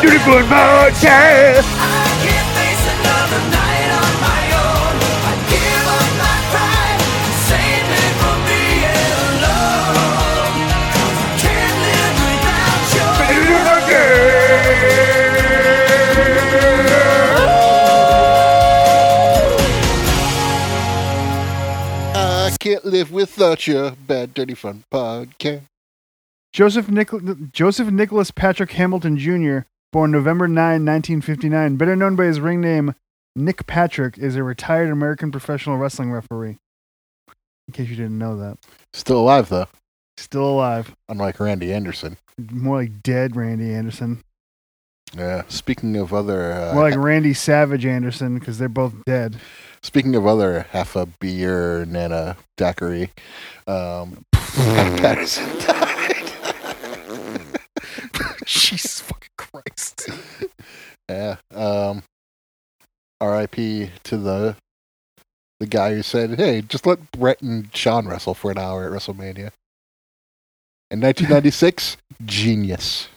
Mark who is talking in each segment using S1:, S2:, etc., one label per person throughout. S1: beautiful mountain.
S2: I can't face another night on my own. I give up my pride, save me from being alone. Can't live without you.
S3: I can't live without you. Bad Dirty Fun Podcast.
S4: Joseph, Nichol- Joseph Nicholas Patrick Hamilton Jr., born November 9, 1959, better known by his ring name Nick Patrick, is a retired American professional wrestling referee. In case you didn't know that.
S3: Still alive, though,
S4: Still alive.
S3: unlike Randy Anderson.
S4: More like dead Randy Anderson.
S3: Yeah. Speaking of other, uh,
S4: More like Randy Savage Anderson, because they're both dead.
S3: speaking of other half a beer Nana daiquiri, um, Patterson died.
S4: Jesus fucking Christ.
S3: Yeah. Um, R.I.P. to the the guy who said, "Hey, just let Brett and Sean wrestle for an hour at WrestleMania." In 1996, genius.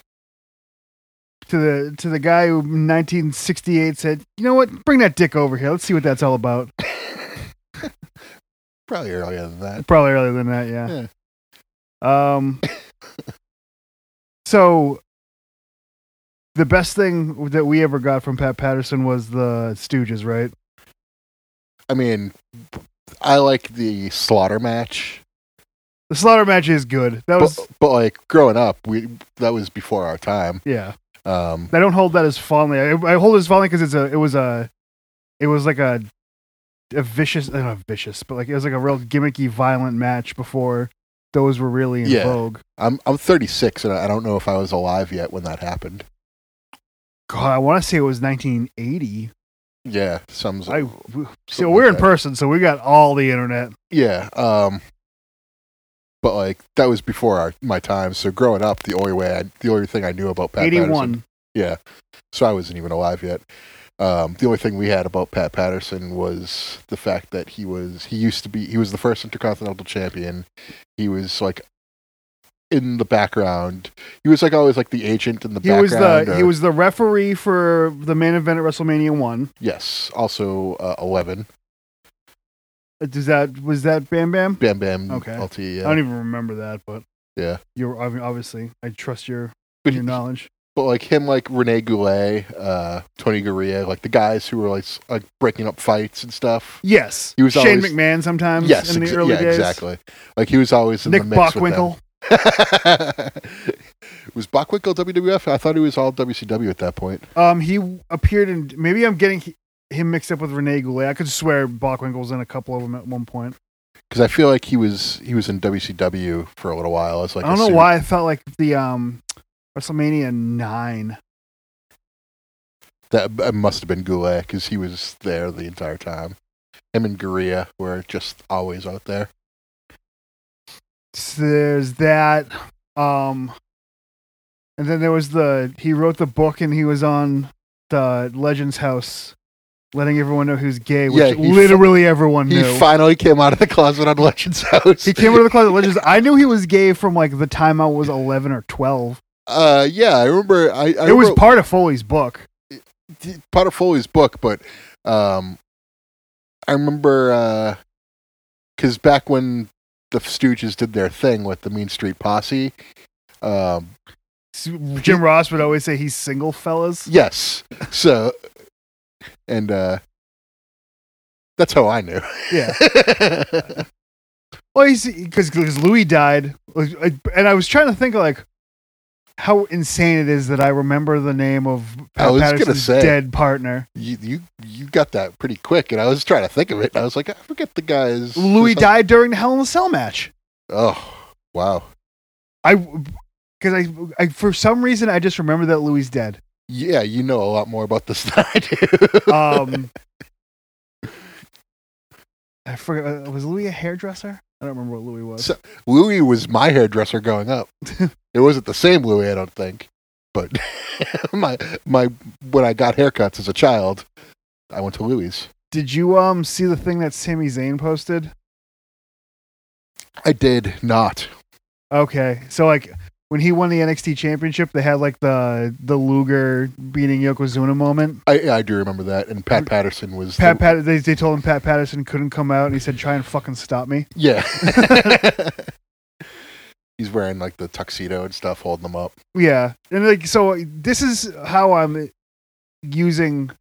S4: To the to the guy who in 1968 said, you know what, bring that dick over here. Let's see what that's all about.
S3: Probably earlier than that.
S4: Probably earlier than that, yeah. Um. so, the best thing that we ever got from Pat Patterson was the Stooges, right?
S3: I mean, I like the slaughter match,
S4: The Slaughter match is good. That was
S3: but, but like growing up, we that was before our time.
S4: yeah.
S3: Um,
S4: I don't hold that as fondly. I, I hold it as fondly because it's a. It was a. It was like a. A vicious, uh, not vicious, but like it was like a real gimmicky, violent match before those were really in
S3: Yeah.
S4: vogue.
S3: I'm I'm 36, and I don't know if I was alive yet when that happened.
S4: God, I want to say it was 1980.
S3: Yeah, some.
S4: I so
S3: Something
S4: we're
S3: like
S4: in
S3: that.
S4: person, so we got all the internet.
S3: Yeah. Um but like that was before our, my time. So growing up, the only way I, the only thing I knew about Pat Patterson,
S4: 81.
S3: so I wasn't even alive yet. Um, the only thing we had about Pat Patterson was the fact that he was he used to be he was the first Intercontinental Champion. He was like in the background. He was like always like the agent in the
S4: He was
S3: background. uh,
S4: the
S3: or-
S4: he was the referee for the main event at WrestleMania one.
S3: yes, also uh, eleven.
S4: Uh, Does that was that Bam Bam?
S3: Bam Bam. E
S4: Okay.
S3: LT.
S4: I
S3: Yeah.
S4: don't even remember that, but
S3: Yeah.
S4: you're ob- obviously I trust your
S3: But
S4: your
S3: he-
S4: knowledge.
S3: but like him, like Rene Goulet, uh, Tony Gurria, like the guys who were like s- like breaking up fights and stuff.
S4: Yes,
S3: He was
S4: Shane
S3: always-
S4: McMahon sometimes.
S3: yes,
S4: in the
S3: exa-
S4: early
S3: yeah,
S4: days.
S3: exactly. Like he was always in
S4: Nick
S3: the mix
S4: Bockwinkel.
S3: With them. was Bockwinkel WWF? I thought he was all WCW at that point.
S4: Um, he appeared in maybe I'm getting he- him mixed up with Rene Goulet. I could swear Bockwinkel was in a couple of them at one point.
S3: Because I feel like he was he was in WCW for a little while. It's like
S4: I don't
S3: a
S4: know
S3: suit.
S4: why I felt like the um WrestleMania nine.
S3: that uh, must have been Goulet because he was there the entire time. Him and Gurria were just always out there.
S4: So there's that um and then there was the he wrote the book and he was on the legends house letting everyone know who's gay which
S3: Yeah, he
S4: literally everyone
S3: He
S4: knew
S3: finally came out of the closet on Legends House.
S4: he came out of the closet legends i knew he was gay from like the time i was 11 or 12
S3: Uh, yeah, I remember. I, I
S4: it was
S3: remember-
S4: part of foley's book
S3: part of Foley's book, but um, I remember because back when the Stooges did their thing with the Mean Street Posse, um,
S4: S- jim ross would always say he's single fellas
S3: yes, so and uh, that's how I knew.
S4: yeah well he's because louis died Like, I- and i was trying to think like how insane it is that i remember the name of
S3: I
S4: Pat
S3: was gonna
S4: Patterson's
S3: say.
S4: dead partner
S3: you, you you got that pretty quick, and I was trying to think of it. And I was like, I forget the guys.
S4: Louis
S3: It's like-
S4: died during the Hell in a Cell match.
S3: Oh wow.
S4: I, because I, I, for some reason, I just remember that Louis dead.
S3: Yeah, you know a lot more about this than I do.
S4: Um, I forgot. uh, Was Louis a hairdresser? I don't remember what Louis was.
S3: So- Louis was my hairdresser growing up. it wasn't the same Louis, I don't think. But my my when I got haircuts as a child, I went to Louis.
S4: Did you um see the thing that Sami Zayn posted?
S3: I did not.
S4: Okay, so like when he won the NXT championship, they had like the the Luger beating Yokozuna moment.
S3: I, I do remember that. And Pat Patterson was
S4: Pat
S3: the-
S4: Pat they, they told him Pat Patterson couldn't come out and he said try and fucking stop me.
S3: Yeah. He's wearing like the tuxedo and stuff, holding them up.
S4: Yeah. And like so this is how I'm using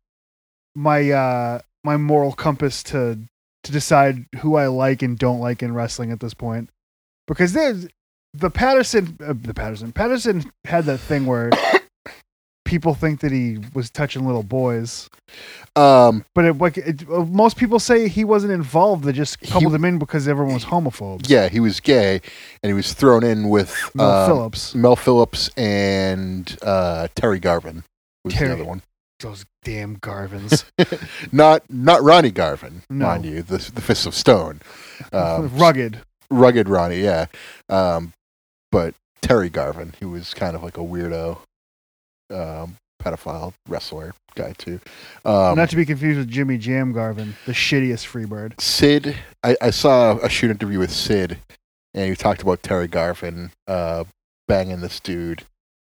S4: my uh my moral compass to to decide who I like and don't like in wrestling at this point. Because there's the Patterson uh, the Patterson Patterson had that thing where people think that he was touching little boys.
S3: Um,
S4: But it, like it, uh, most people say he wasn't involved, they just
S3: He-
S4: coupled him in because everyone was homophobe.
S3: yeah, he was gay, and he was thrown in with
S4: Mel
S3: um,
S4: Phillips,
S3: Mel Phillips and uh, Terry Garvin was
S4: Terry.
S3: the other one.
S4: those damn Garvins.
S3: Not not Ronnie Garvin,
S4: No.
S3: mind you, the the Fists of Stone, um,
S4: Rugged.
S3: rugged Ronnie, yeah, um, but Terry Garvin, who was kind of like a weirdo, um, pedophile wrestler guy too. Um,
S4: Not to be confused with Jimmy Jam Garvin, the shittiest Freebird.
S3: Sid, I, I saw a shoot interview with Sid, and he talked about Terry Garvin uh, banging this dude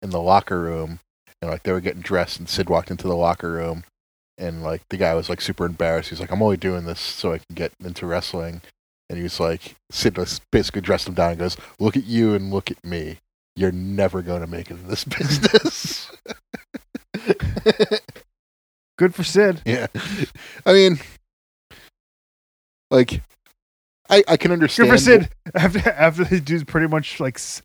S3: in the locker room, and like they were getting dressed, and Sid walked into the locker room, and like the guy was like super embarrassed. He's like, "I'm only doing this so I can get into wrestling," and he was like, Sid was basically dressed him down and goes, "Look at you and look at me. You're never going to make it in this business."
S4: Good for Sid.
S3: yeah, I mean, like. I, I can
S4: Good
S3: understand.
S4: for Sid. After after the dude's pretty much like s-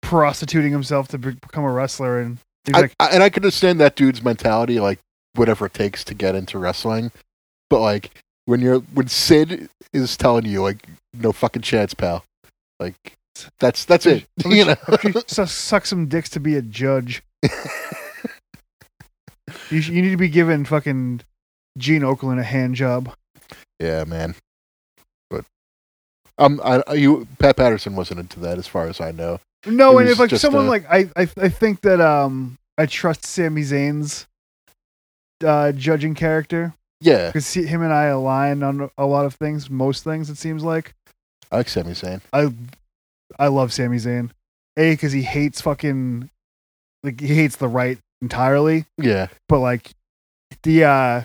S4: prostituting himself to be- become a wrestler, and he's
S3: I,
S4: like,
S3: I- and I can understand that dude's mentality, like whatever it takes to get into wrestling. But like when you're when Sid is telling you like no fucking chance, pal. Like that's that's it.
S4: Let me
S3: You know.
S4: "Su- suck some dicks to be a judge. you sh- you need to be giving fucking Gene Oakland a hand job.
S3: yeah, man. But um, I I- you Pat Patterson wasn't into that as far as I know. It
S4: No, and
S3: was
S4: if like
S3: just
S4: someone
S3: a-
S4: like I, I I think that um I trust Sami Zayn's uh judging character.
S3: Yeah,
S4: because him and I align on a lot of things, most things it seems like.
S3: I like Sami Zayn.
S4: I I love Sami Zayn, a because he hates fucking like he hates the right entirely,
S3: Yeah,
S4: but like the uh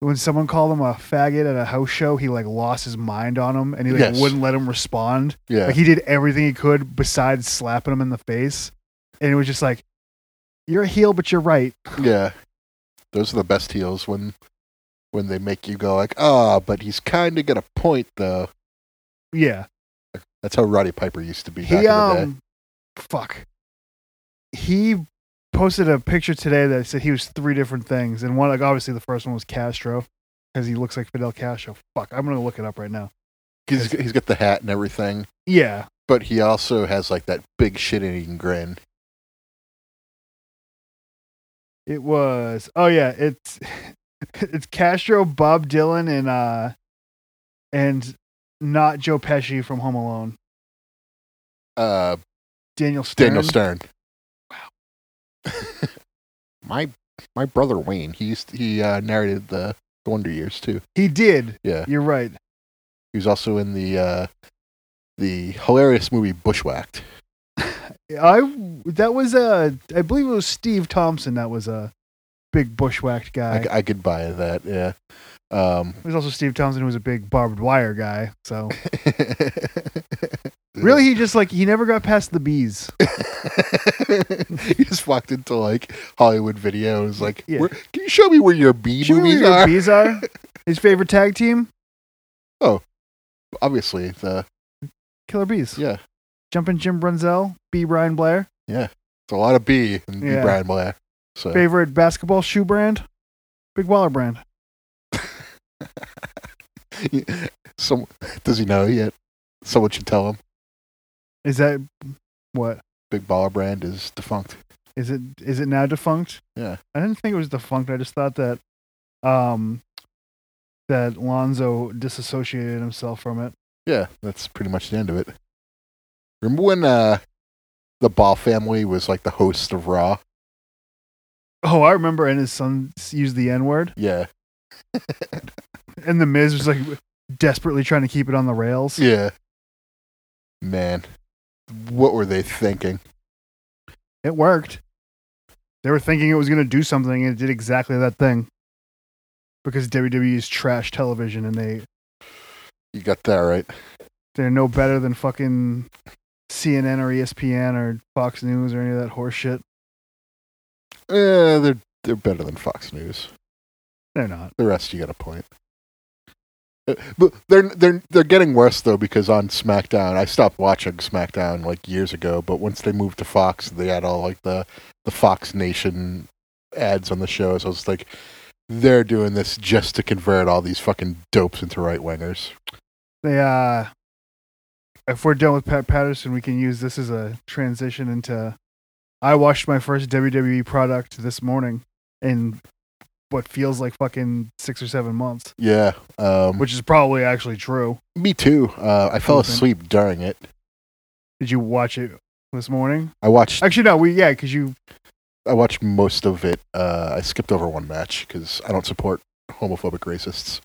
S4: when someone called him a faggot at a house show, he like lost his mind on him and he like
S3: Yes.
S4: wouldn't let him respond.
S3: yeah.
S4: Like he did everything he could besides slapping him in the face, and it was just like. You're a heel, but you're right.
S3: Yeah, those are the best heels when when they make you go like, ah, but he's kind of got a point though.
S4: Yeah.
S3: That's how Roddy Piper used to be. Back
S4: he
S3: in the day.
S4: um fuck he posted a picture today that said he was three different things and one like obviously the first one was castro because he looks like fidel castro fuck i'm gonna look it up right now
S3: He's, he's got the hat and everything,
S4: yeah
S3: but he also has like that big shit eating grin.
S4: it was oh yeah it's it's castro bob dylan and uh and not joe pesci from home alone
S3: Uh,
S4: daniel Stern.
S3: Daniel Stern. Wow. my my brother Wayne, he used he uh, narrated the the Wonder Years too.
S4: he did
S3: Yeah.
S4: you're right
S3: He was also in the uh, the hilarious movie Bushwhacked.
S4: I that was uh I believe it was Steve Thompson that was a big bushwhacked guy.
S3: I, c- I could buy that. Yeah. Um,
S4: There's also Steve Thompson who was a big barbed wire guy. So really, he just like he never got past the bees.
S3: he just walked into like Hollywood Video and was like,
S4: Yeah.
S3: "Where- "Can you show me where your B
S4: Show me
S3: movies
S4: where your
S3: are?"
S4: Bees are his favorite tag team,
S3: Obviously, the
S4: Killer Bees.
S3: yeah,
S4: Jumpin' Jim Brunzel, B Brian Blair.
S3: it's a lot of B and B
S4: Yeah.
S3: Brian Blair. So
S4: Favorite basketball shoe brand, Big Waller brand.
S3: some does he know yet? Someone should tell him.
S4: Is that what
S3: Big Baller Brand is defunct.
S4: is it? Is it now defunct?
S3: Yeah.
S4: I didn't think it was defunct. I just thought that um that Lonzo disassociated himself from it.
S3: Yeah, that's pretty much the end of it. Remember when uh, the Ball family was like the host of Raw?
S4: Oh, I remember, and his son s- used the N word,
S3: Yeah,
S4: and the Miz was like desperately trying to keep it on the rails.
S3: yeah. Man, what were they thinking?
S4: It worked. They were thinking it was going to do something, and it did exactly that thing. Because WWE is trash television, and they
S3: You got that right.
S4: they're no better than fucking CNN or E ESPN or Fox News or any of that horse shit.
S3: Eh, they're they're better than Fox News.
S4: They're not.
S3: The rest, you got a point. Uh, But they're they're they're getting worse though because on SmackDown, I stopped watching SmackDown like years ago. But once they moved to Fox, they had all like the the Fox Nation ads on the show. So it's like they're doing this just to convert all these fucking dopes into right wingers.
S4: They uh, if we're done with Pat Patterson, we can use this as a transition into. I watched my first WWE product this morning in what feels like fucking six or seven months,
S3: Yeah, um,
S4: which is probably actually true.
S3: me too. Uh, I fell
S4: Open.
S3: asleep during it.
S4: Did you watch it this morning?
S3: I watched
S4: Actually, no. We yeah, because you
S3: I watched most of it. Uh, I skipped over one match because I don't support homophobic racists.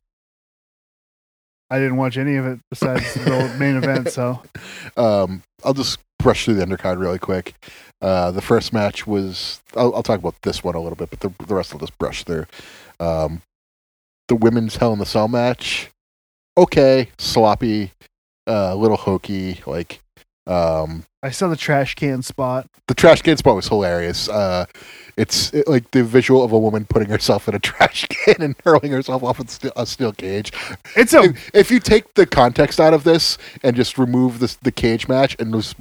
S4: I didn't watch any of it besides the old main event. So
S3: Um, I'll just brush through the undercard really quick. Uh, the first match was I'll, I'll talk about this one a little bit, but the, the rest I'll just brush through. Um, the women's Hell in the Cell match, okay, sloppy, uh, a little hokey. Like um,
S4: I saw the trash can spot.
S3: the trash can spot was hilarious. Uh, it's it, like the visual of a woman putting herself in a trash can and hurling herself off a steel, a steel cage.
S4: It's a
S3: if, if you take the context out of this and just remove this, the cage match and just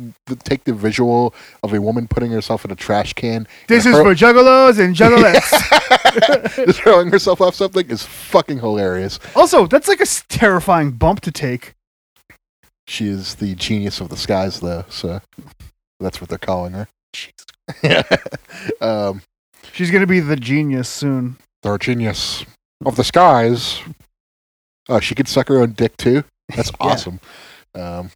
S3: take the visual of a woman putting herself in a trash can,
S4: this
S3: and
S4: is for juggalos and juggalettes.
S3: just throwing herself off something is fucking hilarious.
S4: Also, that's like a s- terrifying bump to take.
S3: She is the genius of the skies, though, so that's what they're calling her. Yeah. um,
S4: She's gonna be the genius soon.
S3: the genius of the skies. Oh, she could suck her own dick too. That's awesome. Um,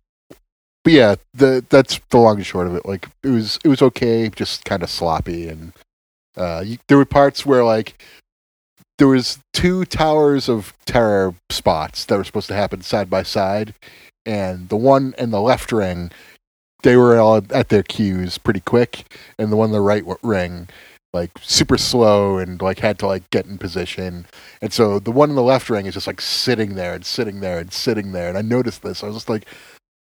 S3: but yeah, the that's the long and short of it. Like it was it was okay, just kind of sloppy, and uh, you, there were parts where like there was two towers of terror spots that were supposed to happen side by side, and the one in the left ring, they were all at their cues pretty quick, and the one in the right w- ring, like super slow and like had to like get in position. And so the one in the left ring is just like sitting there and sitting there and sitting there. And I noticed this. I was just like,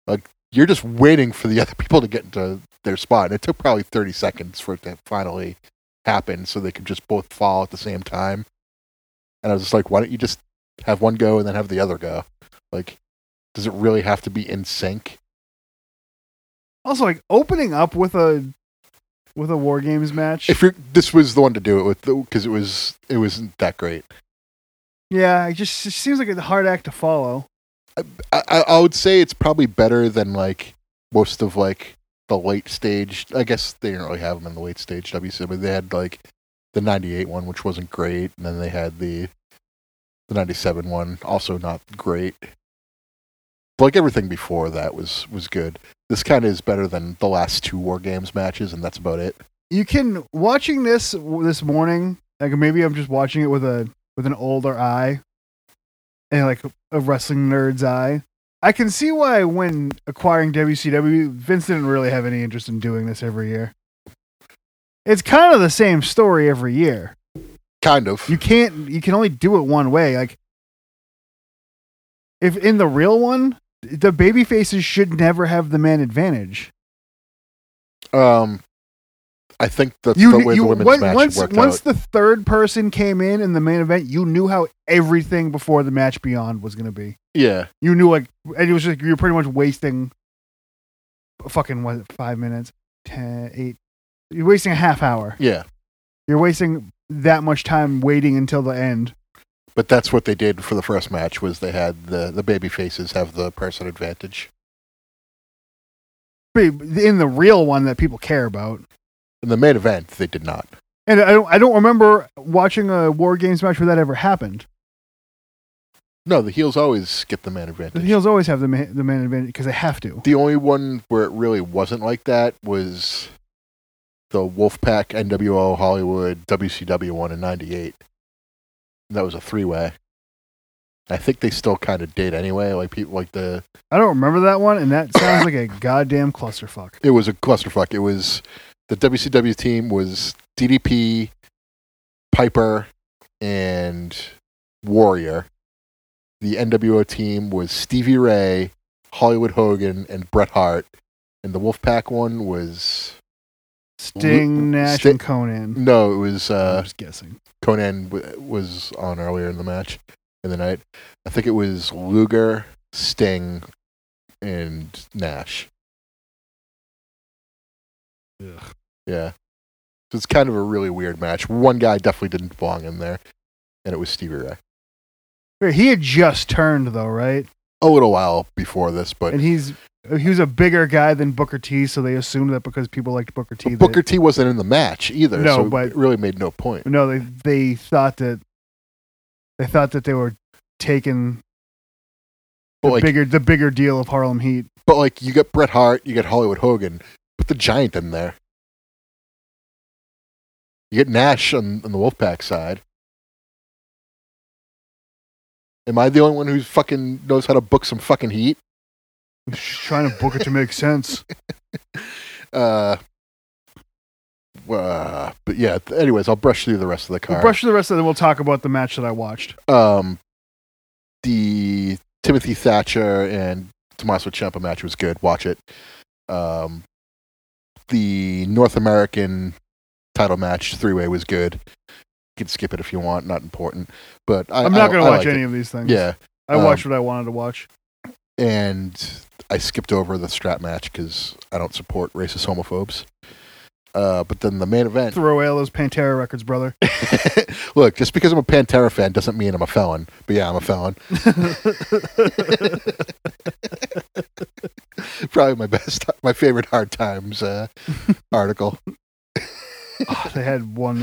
S3: like you're just waiting for the other people to get into their spot. And it took probably 30 seconds for it to finally happen, so they could just both fall at the same time. And I was just like, why don't you just have one go and then have the other go? Like, does it really have to be in sync?
S4: Also, like opening up with a with a war games match.
S3: If you're, this was the one to do it with, because it was it wasn't that great.
S4: yeah, it just it seems like a hard act to follow.
S3: I, I I would say it's probably better than like most of like the late stage. I guess they didn't really have them in the late stage WC, but they had like the '98 one, which wasn't great, and then they had the the '97 one, also not great. But like everything before that was was good. This kind of is better than the last two War Games matches, and that's about it.
S4: You can watching this w- this morning. Like maybe I'm just watching it with a with an older eye, and like a wrestling nerd's eye. I can see why when acquiring WCW, Vince didn't really have any interest in doing this every year. It's kind of the same story every year.
S3: Kind of.
S4: you can't you can only do it one way like if in the real one the baby faces should never have the man advantage
S3: um, I think that's
S4: you,
S3: the way
S4: you
S3: the women's
S4: once
S3: match
S4: once,
S3: worked
S4: once
S3: out.
S4: the third person came in in the main event you knew how everything before the match beyond was going to be
S3: yeah,
S4: you knew like and it was just you're pretty much wasting fucking what 5 minutes 10 8 you're wasting a half hour
S3: yeah.
S4: you're wasting that much time waiting until the end
S3: But that's what they did for the first match was they had the the baby faces have the person advantage,
S4: But in the real one that people care about
S3: in the main event they did not.
S4: And I don't, I don't remember watching a War Games match where that ever happened.
S3: No, the heels always get the man
S4: The
S3: advantage.
S4: heels always have the man, the man advantage because they have to.
S3: The only one where it really wasn't like that was the Wolfpack NWO Hollywood WCW one in '98. That was a three way. I think they still kind of did anyway. Like people like the
S4: I don't remember that one, and that sounds like a goddamn clusterfuck.
S3: it was a clusterfuck. It was the the WCW team was DDP, Piper, and Warrior. The NWO team was Stevie Ray, Hollywood Hogan, and Bret Hart. And the Wolfpack one was
S4: Sting, Nash,
S3: Mm-hmm. Sting-
S4: and Conan.
S3: no, it was uh,
S4: I'm just guessing.
S3: Conan w- was on earlier in the match in the night. I think it was Luger, Sting, and Nash.
S5: Ugh.
S3: Yeah. So it's kind of a really weird match. One guy definitely didn't belong in there, and it was Stevie Ray.
S4: Wait, He had just turned though, right?
S3: A little while before this, but
S4: And he's he was a bigger guy than Booker T, so they assumed that because people liked Booker T.
S3: Booker T wasn't in the match either,
S4: No,
S3: so
S4: but-
S3: it really made no point.
S4: T. No, they they thought that they thought that they were taking the
S3: But like,
S4: bigger the bigger deal of Harlem Heat.
S3: but like, you got Bret Hart, you got Hollywood Hogan, put the Giant in there. You get Nash on, on the Wolfpack side. Am I the only one who fucking knows how to book some fucking heat?
S4: Just trying to book it to make sense.
S3: Uh, uh, but yeah. th- Anyways, I'll brush through the rest of the
S4: We'll
S3: card.
S4: brush through the rest of it. and We'll talk about the match that I watched.
S3: um, the Timothy Thatcher and Tommaso Ciampa match was good. Watch it. Um, the North American title match three way was good. You can skip it if you want. Not important. But I,
S4: I'm not
S3: I-
S4: going
S3: I
S4: to watch
S3: liked
S4: any
S3: It.
S4: of these things.
S3: Yeah,
S4: I
S3: um,
S4: watched what I wanted to watch.
S3: and I skipped over the strap match because I don't support racist homophobes. Uh, but then the main event.
S4: Throw away all those Pantera records, brother.
S3: Look, just because I'm a Pantera fan doesn't mean I'm a felon. But yeah, I'm a felon. Probably my best, my favorite Hard Times uh, article.
S4: Oh, they had one.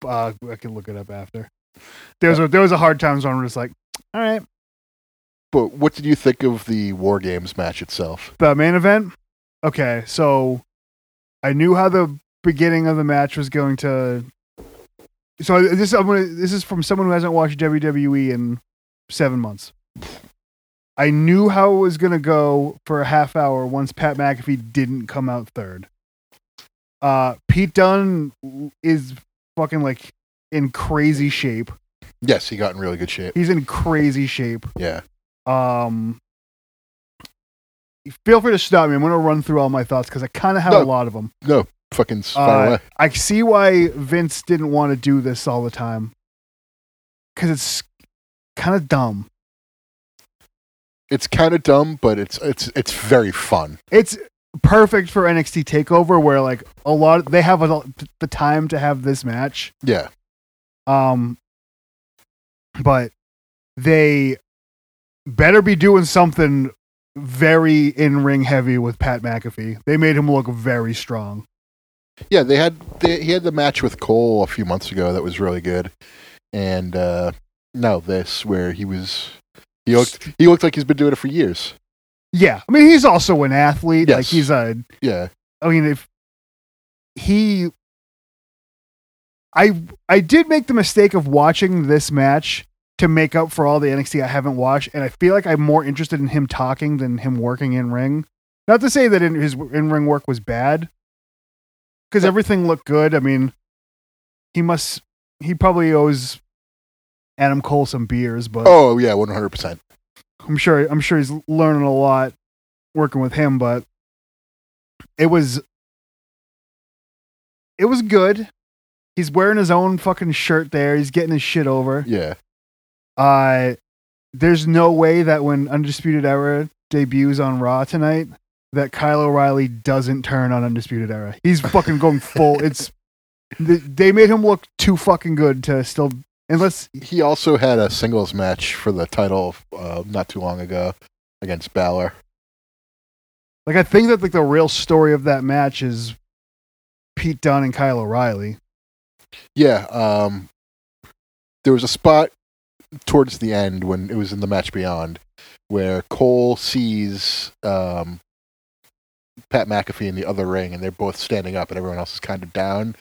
S4: that- Uh, I can look it up after. There was a, there was a hard times one where it's like, all right,
S3: But what did you think of the War Games match itself?
S4: the main event. Okay, so I knew how the beginning of the match was going to. So this I'm gonna, this is from someone who hasn't watched WWE in seven months. I knew how it was going to go for a half hour once Pat McAfee didn't come out third. Uh, Pete Dunne is fucking like in crazy shape.
S3: Yes, he got in really good shape.
S4: He's in crazy shape.
S3: Yeah,
S4: Um, feel free to stop me. I'm going to run through all my thoughts because I kind of have
S3: No.
S4: a lot of them.
S3: fucking s- far
S4: Uh,
S3: away.
S4: I see why Vince didn't want to do this all the time because it's kind of dumb.
S3: It's kind of dumb, but it's it's it's very fun.
S4: It's perfect for NXT Takeover where like a lot they have a, the time to have this match.
S3: Yeah,
S4: Um, but they better be doing something very in ring heavy with Pat McAfee. They made him look very strong.
S3: yeah. They had they, he had the match with Cole a few months ago that was really good, and uh now this where he was he looked he looked like he's been doing it for years.
S4: Yeah, I mean he's also an athlete. Like
S3: Yes.
S4: he's a.
S3: Yeah.
S4: I mean if he, I I did make the mistake of watching this match to make up for all the NXT I haven't watched, and I feel like I'm more interested in him talking than him working in ring. Not to say that in, his in ring work was bad, because everything looked good. I mean, he must he probably owes Adam Cole some beers, but
S3: Oh yeah, one hundred percent.
S4: I'm sure I'm sure he's learning a lot working with him, but it was it was good. He's wearing his own fucking shirt there. He's getting his shit over.
S3: Yeah,
S4: Uh there's no way that when Undisputed Era debuts on Raw tonight that Kyle O'Reilly doesn't turn on Undisputed Era. He's fucking going full. It's th- they made him look too fucking good to still unless
S3: he also had a singles match for the title uh, not too long ago against Balor.
S4: Like I think that like the real story of that match is Pete Dunne and Kyle O'Reilly.
S3: Yeah, um, there was a spot towards the end when it was in the match beyond where Cole sees um, Pat McAfee in the other ring, and they're both standing up, and everyone else is kind of down.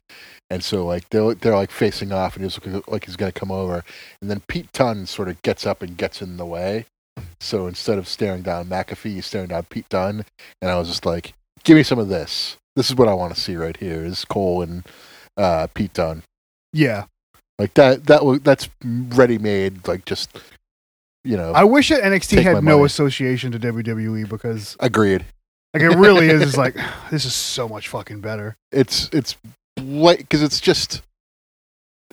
S3: And so, like they're they're like facing off, and he's looking like he's gonna come over, and then Pete Dunne sort of gets up and gets in the way. So instead of staring down McAfee, he's staring down Pete Dunne, and I was just like, give me some of this. This is what I want to see right here is Cole and uh, Pete Dunne.
S4: Yeah.
S3: Like that that wa- that's ready made like just you know
S4: I wish that NXT
S3: Take my
S4: had no
S3: money.
S4: association to WWE because
S3: agreed.
S4: like it really is is like this is so much fucking better.
S3: It's it's like cuz it's just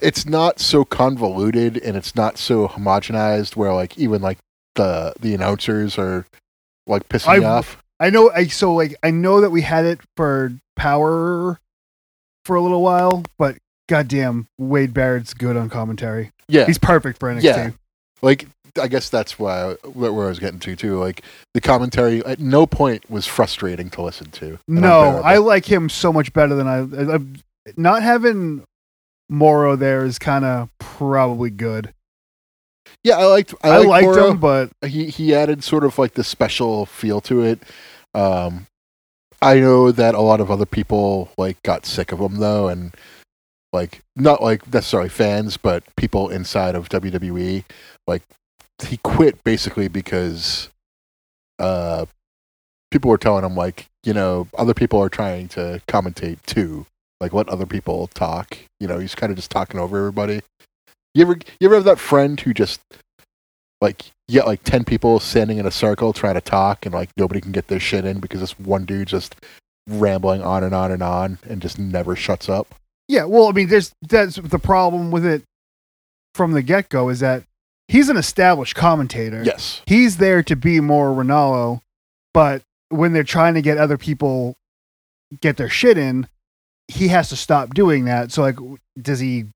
S3: it's not so convoluted and it's not so homogenized where like even like the the announcers are like pissing me
S4: I've-
S3: off.
S4: I know I so like I know that we had it for power for a little while, but goddamn, Wade Barrett's good on commentary.
S3: Yeah.
S4: He's perfect for NXT.
S3: Yeah. like I guess that's why where I was getting to too. Like the commentary at no point was frustrating to listen to. and
S4: No, I
S3: unbearable.
S4: like him so much better than I. I, I not having Moro there is kind of probably good.
S3: yeah, I liked I,
S4: I, liked
S3: Moro.
S4: him, but
S3: He he added sort of like the special feel to it. Um, I know that a lot of other people like got sick of him though, and like not like necessarily fans, but people inside of WWE. Like he quit basically because uh, people were telling him like you know other people are trying to commentate too. Like let other people talk. You know he's kind of just talking over everybody. You ever you ever have that friend who just like you got like ten people standing in a circle trying to talk and like nobody can get their shit in because this one dude just rambling on and on and on and just never shuts up.
S4: yeah. Well, I mean, there's that's the problem with it from the get go is that he's an established commentator.
S3: Yes.
S4: he's there to be more Ronaldo, but when they're trying to get other people get their shit in, he has to stop doing that. So like does he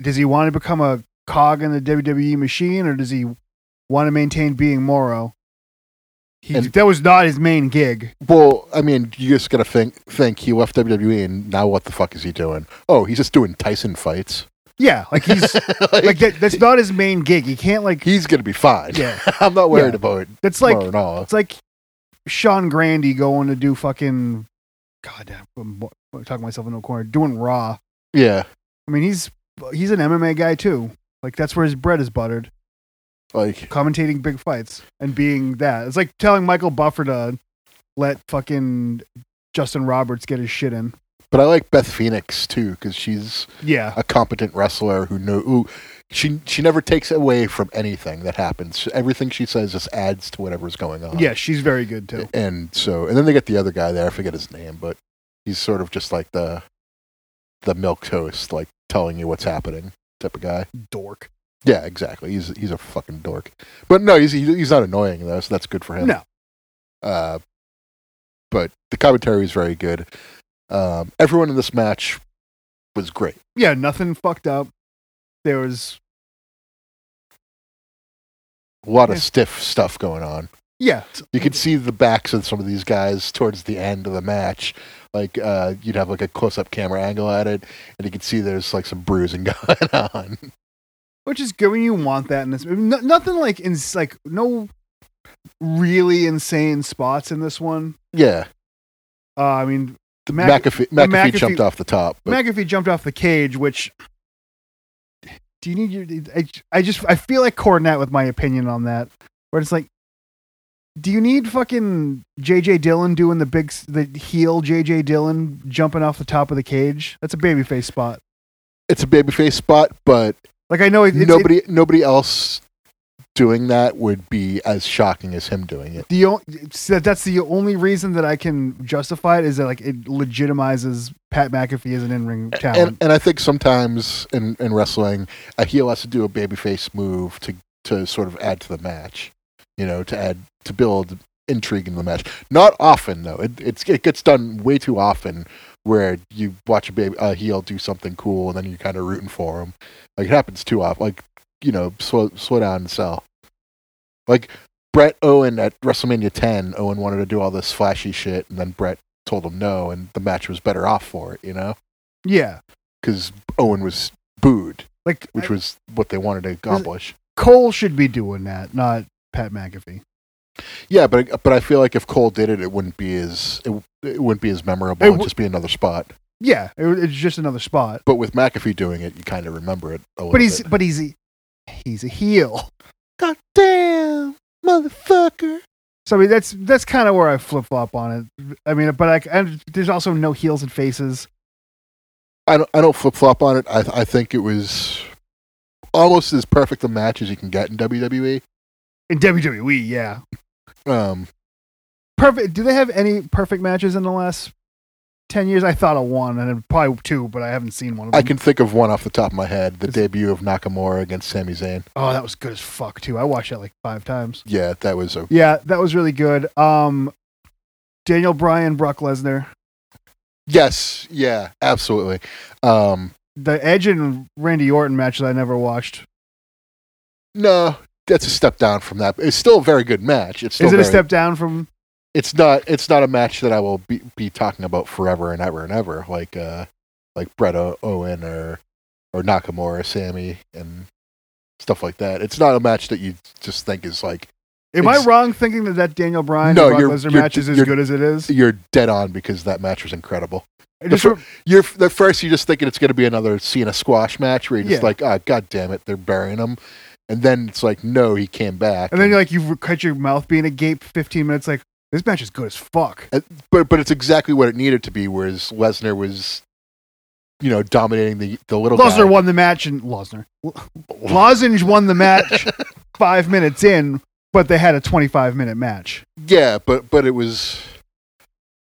S4: does he want to become a cog in the WWE machine or does he want to maintain being Moro? He,
S3: And-
S4: that was not his main gig.
S3: Well, I mean, you just gotta think think he left WWE E, and now what the fuck is he doing? Oh, he's just doing Tyson fights.
S4: Yeah, like he's
S3: like,
S4: like that, that's not his main gig. He can't like
S3: he's gonna be fine.
S4: yeah.
S3: I'm not worried
S4: Yeah.
S3: about
S4: That's like
S3: Moro at all.
S4: It's like Sean Grandy going to do fucking goddamn. I'm I'm talking myself into a corner. Doing Raw.
S3: Yeah.
S4: I mean, he's he's an MMA guy too. Like that's where his bread is buttered.
S3: Like
S4: Commentating big fights and being that. It's like telling Michael Buffer to let fucking Justin Roberts get his shit in.
S3: but I like Beth Phoenix too, because she's
S4: Yeah.
S3: a competent wrestler who know who she she never takes away from anything that happens. Everything she says just adds to whatever's going on.
S4: Yeah, she's very good too.
S3: And so and then they get the other guy there, I forget his name, but he's sort of just like the the milk toast, like telling you what's happening type of guy.
S4: Dork.
S3: Yeah, exactly. He's he's a fucking dork. But no, he's he's not annoying though, so that's good for him.
S4: No.
S3: Uh, but the commentary is very good. Um, everyone in this match was great.
S4: Yeah, nothing fucked up. There was
S3: A lot of
S4: Yeah.
S3: stiff stuff going on.
S4: yeah.
S3: you could see the backs of some of these guys towards the end of the match. Like uh, you'd have like a close-up camera angle at it, and you could see there's like some bruising going on.
S4: which is good when you want that in this movie. No, nothing like in like no really insane spots in this one.
S3: Yeah,
S4: Uh, I mean,
S3: the
S4: Mac-
S3: McAfee,
S4: the
S3: McAfee,
S4: McAfee-
S3: jumped off the top. But
S4: McAfee jumped off the cage, which do you need your? I, I just I feel like Cornet with my opinion on that, where it's like, do you need fucking JJ Dillon doing the big s- the heel JJ Dillon jumping off the top of the cage? That's a babyface spot.
S3: it's a babyface spot, but
S4: Like I know it, it's, it-
S3: nobody nobody else doing that would be as shocking as him doing it.
S4: the only that's the only reason that I can justify it is that like it legitimizes Pat McAfee as an in-ring talent.
S3: And and I think sometimes in, in wrestling, a heel has to do a babyface move to to sort of add to the match, you know, to add to build intrigue in the match. Not often though. It it's, it gets done way too often where you watch a baby a heel do something cool and then you're kind of rooting for him. Like it happens too often. Like you know, slow slow down and sell. Like Brett Owen at WrestleMania 10, Owen wanted to do all this flashy shit, and then Brett told him no, and the match was better off for it, you know
S4: yeah,
S3: because Owen was booed,
S4: like uh,
S3: which was what they wanted to accomplish.
S4: Cole should be doing that, not Pat McAfee.
S3: Yeah, but but I feel like if Cole did it, it wouldn't be as it, it wouldn't be as memorable.
S4: It
S3: It would
S4: wou-
S3: just be another spot.
S4: Yeah, it, it's just another spot.
S3: But with McAfee doing it, you kind of remember it a little.
S4: But he's
S3: bit.
S4: but he's a- he's a heel.
S3: goddamn motherfucker.
S4: So I mean, that's that's kind of where I flip flop on it. I mean, but like, and there's also no heels and faces.
S3: I don't, I don't flip flop on it. I, I think it was almost as perfect a match as you can get in WWE.
S4: In WWE, yeah.
S3: Um,
S4: Perfect. Do they have any perfect matches in the last ten years? I thought of one, and probably two, but I haven't seen one. Of them.
S3: I can think of one off the top of my head: the
S4: Mm-hmm. Is-
S3: debut of Nakamura against Sami Zayn.
S4: Oh, that was good as fuck too. I watched that like five times.
S3: Yeah, that was a
S4: Yeah, that was really good. Um, Daniel Bryan, Brock Lesnar,
S3: yes, yeah, absolutely. Um,
S4: the Edge and Randy Orton match that I never watched.
S3: no, that's a step down from that. It's still a very good match. It's still
S4: Is it a
S3: very-
S4: step down from?
S3: It's not. It's not a match that I will be, be talking about forever and ever and ever, like uh, like Bret O- Owen or or Nakamura, Sammy, and stuff like that. It's not a match that you just think is like
S4: Am
S3: It's-
S4: I wrong thinking that that Daniel Bryan
S3: No,
S4: and Brock
S3: you're-
S4: Lesnar
S3: you're-
S4: match is as
S3: you're-
S4: good as it is?
S3: you're dead on because that match was incredible.
S4: I just
S3: fir-
S4: rem-
S3: You're at first you're just thinking it's going to be another Cena squash match where you're just
S4: Yeah.
S3: like, oh god damn it, they're burying him, and then it's like, no, he came back.
S4: and then you're like, you've cut your mouth being agape 15 minutes. Like this match is good as fuck.
S3: but but it's exactly what it needed to be. Whereas Lesnar was, you know, dominating the the little
S4: Lesnar
S3: guy.
S4: won the match, and Lesnar Lozenge won the match five minutes in, but they had a 25 minute match.
S3: Yeah, but but it was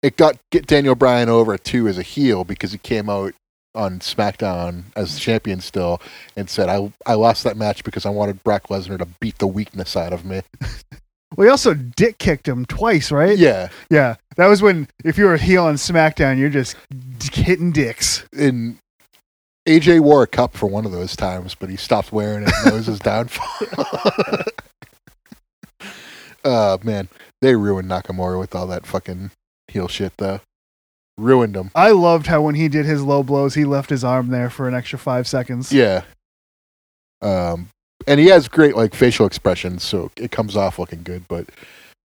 S3: it got get Daniel Bryan over too as a heel because he came out on SmackDown as the champion still and said I I lost that match because I wanted Brock Lesnar to beat the weakness out of me.
S4: Well, he also dick kicked him twice, right?
S3: Yeah,
S4: Yeah, that was when if you were a heel on SmackDown, you're just d- hitting dicks.
S3: and AJ wore a cup for one of those times, but he stopped wearing it. And that was his downfall. uh man, they ruined Nakamura with all that fucking heel shit though. Ruined him.
S4: I loved how when he did his low blows, he left his arm there for an extra five seconds.
S3: Yeah. Um, and he has great like facial expressions, so it comes off looking good. But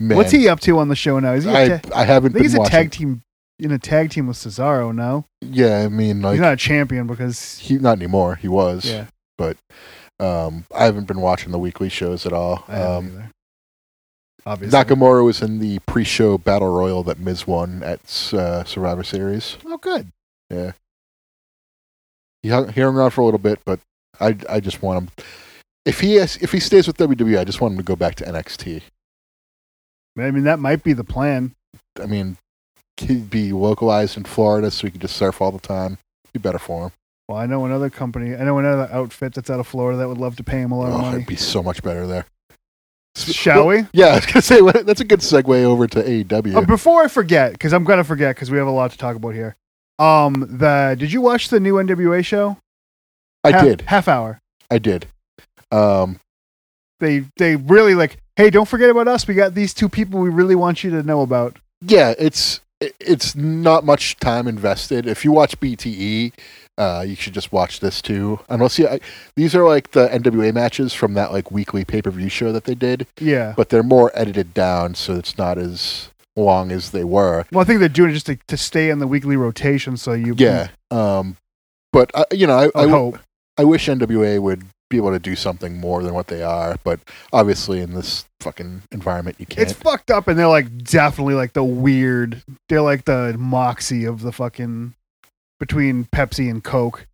S3: man,
S4: What's he up to on the show now? Is he? a
S3: I,
S4: ta-
S3: I haven't
S4: I think
S3: been
S4: he's a
S3: watching.
S4: tag team in a tag team with Cesaro. No,
S3: yeah, I mean, like
S4: he's not a champion because
S3: he not anymore. He was.
S4: yeah.
S3: Um, I haven't been watching the weekly shows at all.
S4: I haven't
S3: Um,
S4: either. Obviously.
S3: Nakamura was in the pre-show battle royal that Miz won at uh, Survivor Series.
S4: oh, good.
S3: He hung, he hung around for a little bit, but I I just want him. If he has, if he stays with WWE, I just want him to go back to NXT.
S4: I mean, that might be the plan.
S3: I mean, he'd be localized in Florida, so he could just surf all the time. Be better for him.
S4: Well, I know another company. I know another outfit that's out of Florida that would love to pay him a lot of
S3: Oh,
S4: money.
S3: it'd be so much better there.
S4: Shall we?
S3: Yeah, I was gonna say what- that's a E good segue over to AEW.
S4: Uh, before I forget, because I'm gonna forget, because we have a lot to talk about here. Um, the did you watch the new NWA show?
S3: I
S4: half,
S3: did,
S4: half hour.
S3: I did. Um,
S4: They they really like. Hey, don't forget about us. We got these two people we really want you to know about.
S3: yeah, it's it- it's not much time invested. If you watch BTE, uh, you should just watch this too. Unless you, I, these are like the NWA matches from that like weekly pay per view show that they did,
S4: Yeah.
S3: but they're more edited down, so it's not as long as they were.
S4: Well, I think they're doing it just to, to stay in the weekly rotation, so you
S3: Yeah. Um, but I, you know, I,
S4: I
S3: I,
S4: hope.
S3: I wish NWA would be able to do something more than what they are. But obviously, in this fucking environment, you can't.
S4: It's fucked up, and they're like definitely like the weird. They're like the moxie of the fucking between Pepsi and Coke.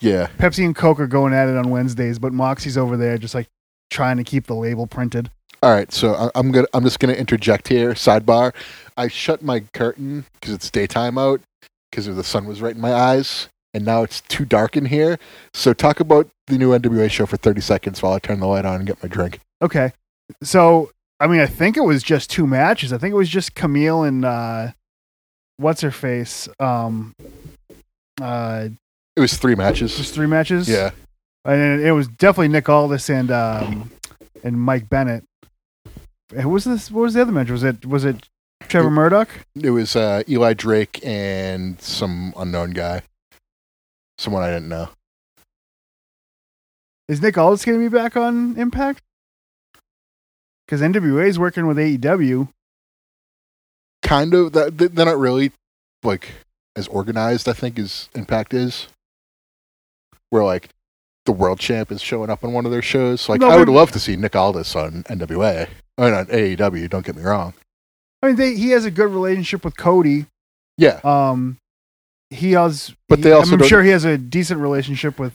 S3: yeah.
S4: Pepsi and Coke are going at it on Wednesdays, but Moxie's over there just like trying to keep the label printed.
S3: All right. So I, I'm gonna. I'm just gonna interject here. Sidebar. I shut my curtain because it's daytime out because the sun was right in my eyes, and now it's too dark in here. So talk about the new NWA show for 30 seconds while I turn the light on and get my drink.
S4: Okay, so I mean, I think it was just two matches. I think it was just Camille and uh, what's her face. Um, uh,
S3: It was three matches.
S4: just three matches.
S3: Yeah.
S4: and it was definitely Nick Aldis and um, and Mike Bennett. Who was this? What was the other match? Was it was it Trevor
S3: It-
S4: Murdoch?
S3: It was uh, Eli Drake and some unknown guy, someone I didn't know.
S4: Is Nick Aldis going to be back on Impact? Because NWA is working with E AEW.
S3: Kind of. that- th- They're not really like as organized. I think as Impact is, where like the world champ is showing up on one of their shows. So, like,
S4: No,
S3: I would
S4: but-
S3: love to see Nick Aldis on NWA. I mean, on AEW. E Don't get me wrong.
S4: I mean, they, he has a good relationship with Cody.
S3: Yeah,
S4: Um, he has,
S3: But they
S4: he-
S3: also
S4: I'm
S3: don't-
S4: sure he has a decent relationship with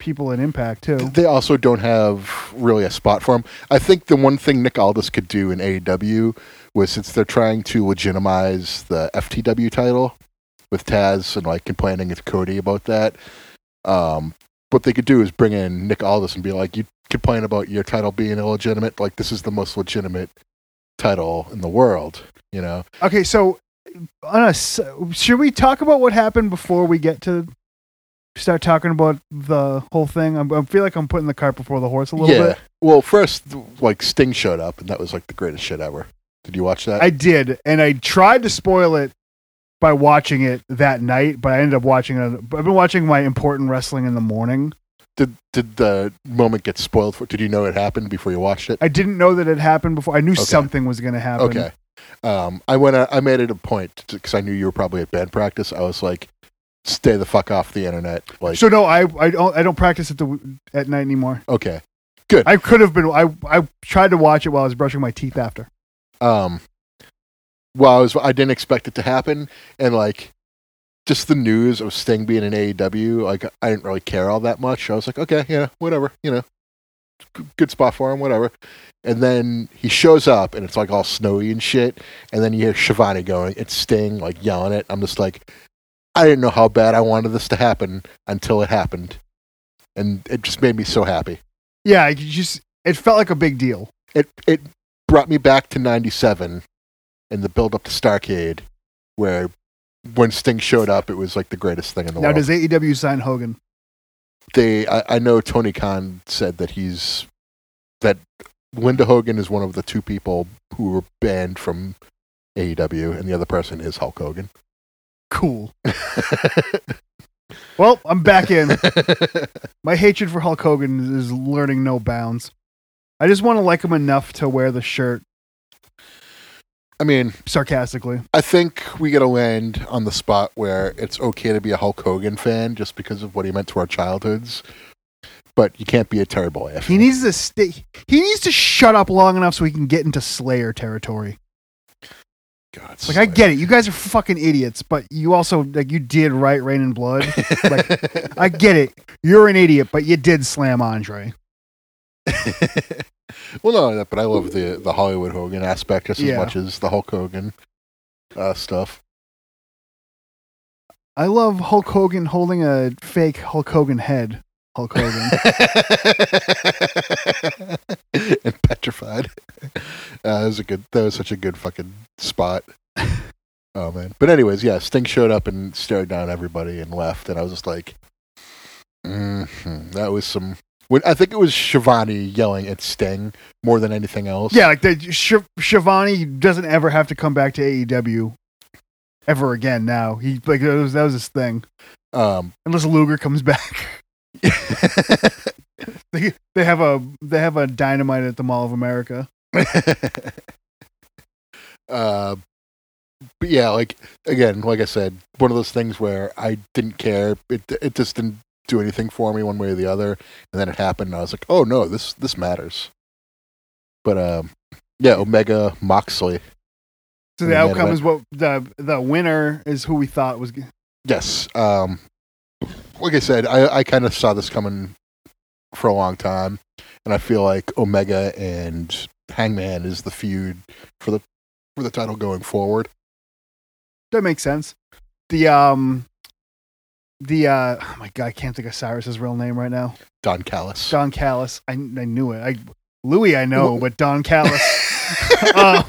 S4: people in Impact too.
S3: they also don't have really a spot for him. I think the one thing Nick Aldis could do in AEW was since they're trying to legitimize the FTW title with Taz and like complaining with Cody about that. Um, what they could do is bring in Nick Aldis and be like, "You complain about your title being illegitimate. Like this is the most legitimate title in the world." You know,
S4: Okay, so on a s should we talk about what happened before we get to start talking about the whole thing? I'm, I feel like I'm putting the cart before the horse a little bit.
S3: Well, first, th- like Sting showed up, and that was like the greatest shit ever. Did you watch that?
S4: I did, and I tried to spoil it by watching it that night, but I ended up watching it. I've been watching my important wrestling in the morning.
S3: did did the moment get spoiled for? Did you know it happened before you watched it?
S4: I didn't know that it happened before. I knew
S3: Okay.
S4: something was going to happen.
S3: okay. Um, I went. I made it a point because I knew you were probably at band practice. I was like, stay the fuck off the internet. Like,
S4: So no, I I don't I don't practice at the at night anymore.
S3: okay.
S4: I could have been. I I tried to watch it while I was brushing my teeth after.
S3: Um, well, I was. I didn't expect it to happen, and like, just the news of Sting being in AEW. Like, I didn't really care all that much. I was like, okay, yeah, whatever. You know, g- good spot for him, whatever. And then he shows up, and it's like all snowy and shit. And then you hear Shivani going, "It's Sting!" Like yelling it. I'm just like, I didn't know how bad I wanted this to happen until it happened, and it just made me so happy.
S4: Yeah, I just it felt like a big deal.
S3: it it brought me back to '97 and the build up to Starcade, where when Sting showed up, it was like the greatest thing in the
S4: Now,
S3: world.
S4: does AEW sign Hogan?
S3: they, I, I know Tony Khan said that he's that Linda Hogan is one of the two people who were banned from AEW, and the other person is Hulk Hogan.
S4: Cool. Well, I'm back in. My hatred for Hulk Hogan is learning no bounds. I just want to like him enough to wear the shirt
S3: I mean,
S4: sarcastically.
S3: I think we gotta land on the spot where it's okay to be a Hulk Hogan fan just because of what he meant to our childhoods, but you can't be a terrible AF.
S4: He needs to stay. He needs to shut up long enough so he can get into Slayer territory.
S3: God,
S4: Like I get it, you guys are fucking idiots, but you also like you did write Rain and Blood.
S3: like
S4: I get it. You're an idiot, but you did slam Andre.
S3: well no that- but i love the the hollywood hogan aspect just as
S4: Yeah.
S3: much as the hulk hogan uh stuff
S4: I love Hulk Hogan holding a fake Hulk Hogan head. Hulk Hogan.
S3: and petrified uh, that was a good that was such a good fucking spot oh man but anyways yeah sting showed up and stared down everybody and left and i was just like mhm, that was some when i think it was shivani yelling at sting more than anything else
S4: Yeah, like the Sh- Shivani doesn't ever have to come back to AEW ever again. Now he like that was, that was his thing.
S3: um
S4: Unless Luger comes back, they, they have a they have a dynamite at the Mall of America.
S3: uh, but yeah, like again, like I said, one of those things where I didn't care. It it just didn't do anything for me one way or the other. And then it happened, and I was like, oh no, this this matters. But um, yeah, Omega Moxley. The
S4: So the
S3: main
S4: outcome
S3: event.
S4: is what the the winner is who we thought was. g-
S3: Yes. Um, like I said, I I kind of saw this coming for a long time, and I feel like Omega and Hangman is the feud for the for the title going forward.
S4: That makes sense. The um the uh oh my god, I can't think of Cyrus's real name right now.
S3: Don Callis.
S4: Don Callis. I I knew it. I Louis I know,
S3: Wh-
S4: but Don Callis. Uh,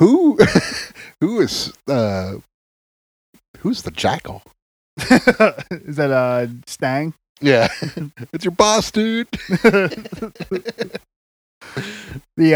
S3: who who is uh who's the jackal
S4: is that uh Stang?
S3: yeah it's your boss dude
S4: the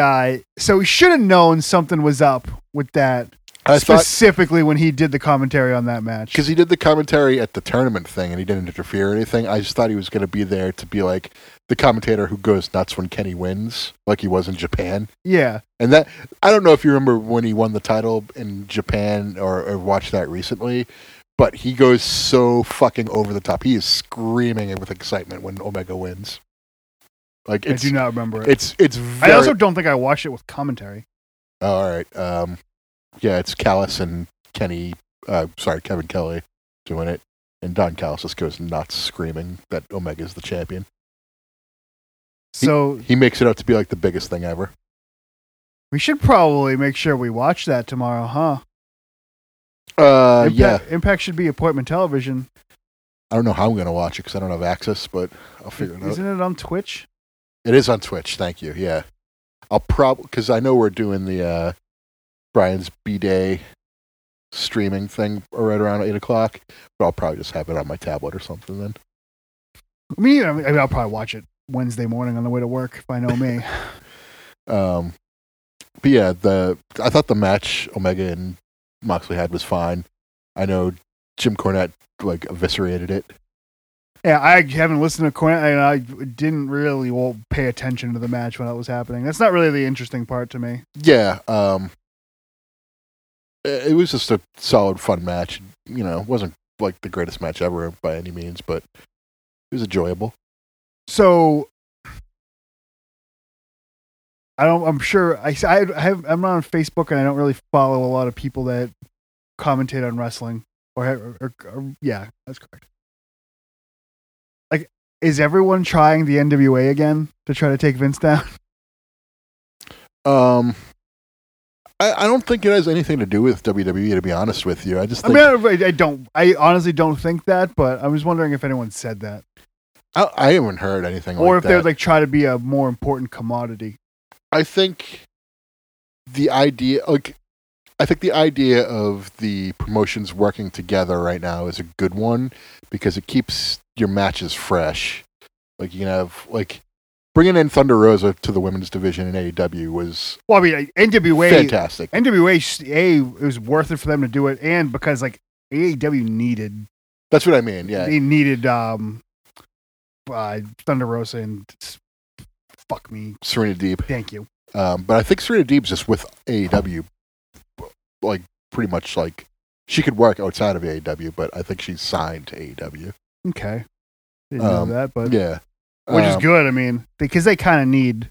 S4: uh, so we should have known something was up with that
S3: i thought
S4: specifically when he did the commentary on that match.
S3: because he did the commentary at the tournament thing and he didn't interfere or anything i just thought he was going to be there to be like the commentator who goes nuts when kenny wins like he was in japan
S4: yeah,
S3: and that i don't know if you remember when he won the title in japan or, or watched that recently But he goes so fucking over the top. He is screaming with excitement when Omega wins. Like
S4: I
S3: it's
S4: do not remember it.
S3: it's it's
S4: I
S3: very
S4: also don't think I watched it with commentary.
S3: Oh, all right. Um, yeah, it's Callis and Kenny. Uh, sorry, Kevin Kelly doing it, and Don Callis just goes nuts, screaming that Omega's the champion.
S4: So
S3: He makes it out to be like the biggest thing ever.
S4: we should probably make sure we watch that tomorrow, huh?
S3: Uh, yeah.
S4: Impact, Impact should be appointment television.
S3: I don't know how I'm gonna watch it because I don't have access, but I'll figure it out.
S4: Isn't it on Twitch?
S3: It is on Twitch. Thank you. Yeah, I'll probably because I know we're doing the uh, Brian's B Day streaming thing right around eight o'clock, but I'll probably just have it on my tablet or something then.
S4: I mean, I mean, I'll probably watch it Wednesday morning on the way to work if I know me.
S3: Um, but yeah, the I thought the match Omega and Moxley had was fine. I know Jim Cornette like eviscerated it.
S4: yeah, I haven't listened to Cornet, and I didn't really well, pay attention to the match when it was happening. That's not really the interesting part to me.
S3: Yeah, um, it it was just a solid, fun match. You know, it wasn't like the greatest match ever by any means, but it was enjoyable.
S4: So I don't. I'm sure. I, I I have. I'm not on Facebook, and I don't really follow a lot of people that commentate on wrestling. Or, ha- or, or yeah, that's correct. Like, is everyone trying the NWA again to try to take Vince down?
S3: Um, I, I don't think it has anything to do with WWE. To be honest with you, I just
S4: I
S3: think
S4: mean, I, I don't. I honestly don't think that, but I was wondering if anyone said that,
S3: I, I haven't heard anything.
S4: or
S3: like
S4: if
S3: that.
S4: they would like try to be a more important commodity.
S3: I think the idea, like, I think the idea of the promotions working together right now is a good one because it keeps your matches fresh. Like you can have like bringing in Thunder Rosa to the women's division in AEW was
S4: Well, I mean, like, NWA,
S3: fantastic.
S4: NWA, a it was worth it for them to do it, and because like AEW needed,
S3: That's what I mean. Yeah,
S4: they needed um, uh, Thunder Rosa and fuck me,
S3: Serena Deep.
S4: thank you.
S3: Um, but I think Serena Deep's just with AEW, like pretty much like she could work outside of AEW, but I think she's signed to E AEW.
S4: Okay, didn't
S3: Um,
S4: know that, but
S3: Yeah,
S4: which is
S3: Um,
S4: good. I mean, because they kind of need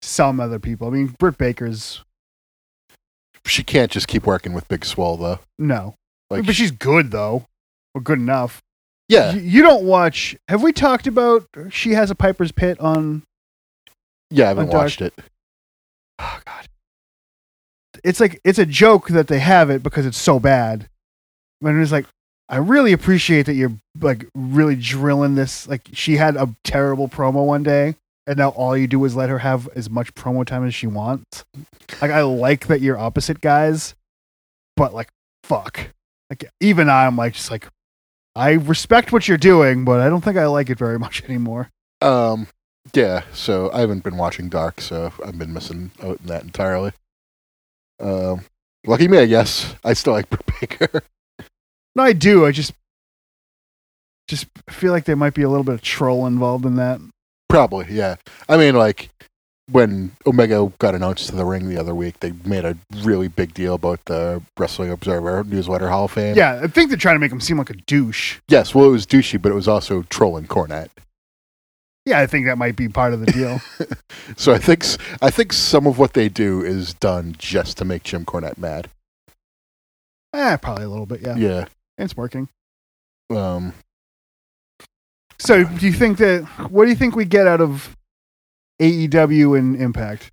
S4: some other people. I mean, Britt Baker's
S3: she can't just keep working with Big Swell though.
S4: no.
S3: Like,
S4: but she's good though, or good enough.
S3: yeah,
S4: Y- you don't watch. Have we talked about? She has a Piper's Pit on.
S3: yeah, I haven't
S4: Dark-
S3: watched it.
S4: Oh God. It's like it's a joke that they have it because it's so bad. And it's like, I really appreciate that you're like really drilling this. Like she had a terrible promo one day, and now all you do is let her have as much promo time as she wants. Like I like that you're opposite guys, but like fuck. Like even I'm like just like I respect what you're doing, but I don't think I like it very much anymore.
S3: Um, yeah, so I haven't been watching Dark, so I've been missing out on that entirely. Um, lucky me, I guess. I still like Britt Baker.
S4: No, I do. I just just feel like there might be a little bit of troll involved in that.
S3: Probably, yeah. I mean, like when Omega got announced to the ring the other week, they made a really big deal about the Wrestling Observer Newsletter Hall of Fame.
S4: Yeah, I think they're trying to make him seem like a douche.
S3: Yes, well, it was douchey, but it was also trolling Cornette.
S4: Yeah, I think that might be part of the deal.
S3: So I think s- I think some of what they do is done just to make Jim Cornette mad.
S4: eh, probably a little bit. Yeah,
S3: Yeah.
S4: it's working.
S3: Um,
S4: So, do you think that? What do you think we get out of AEW and Impact?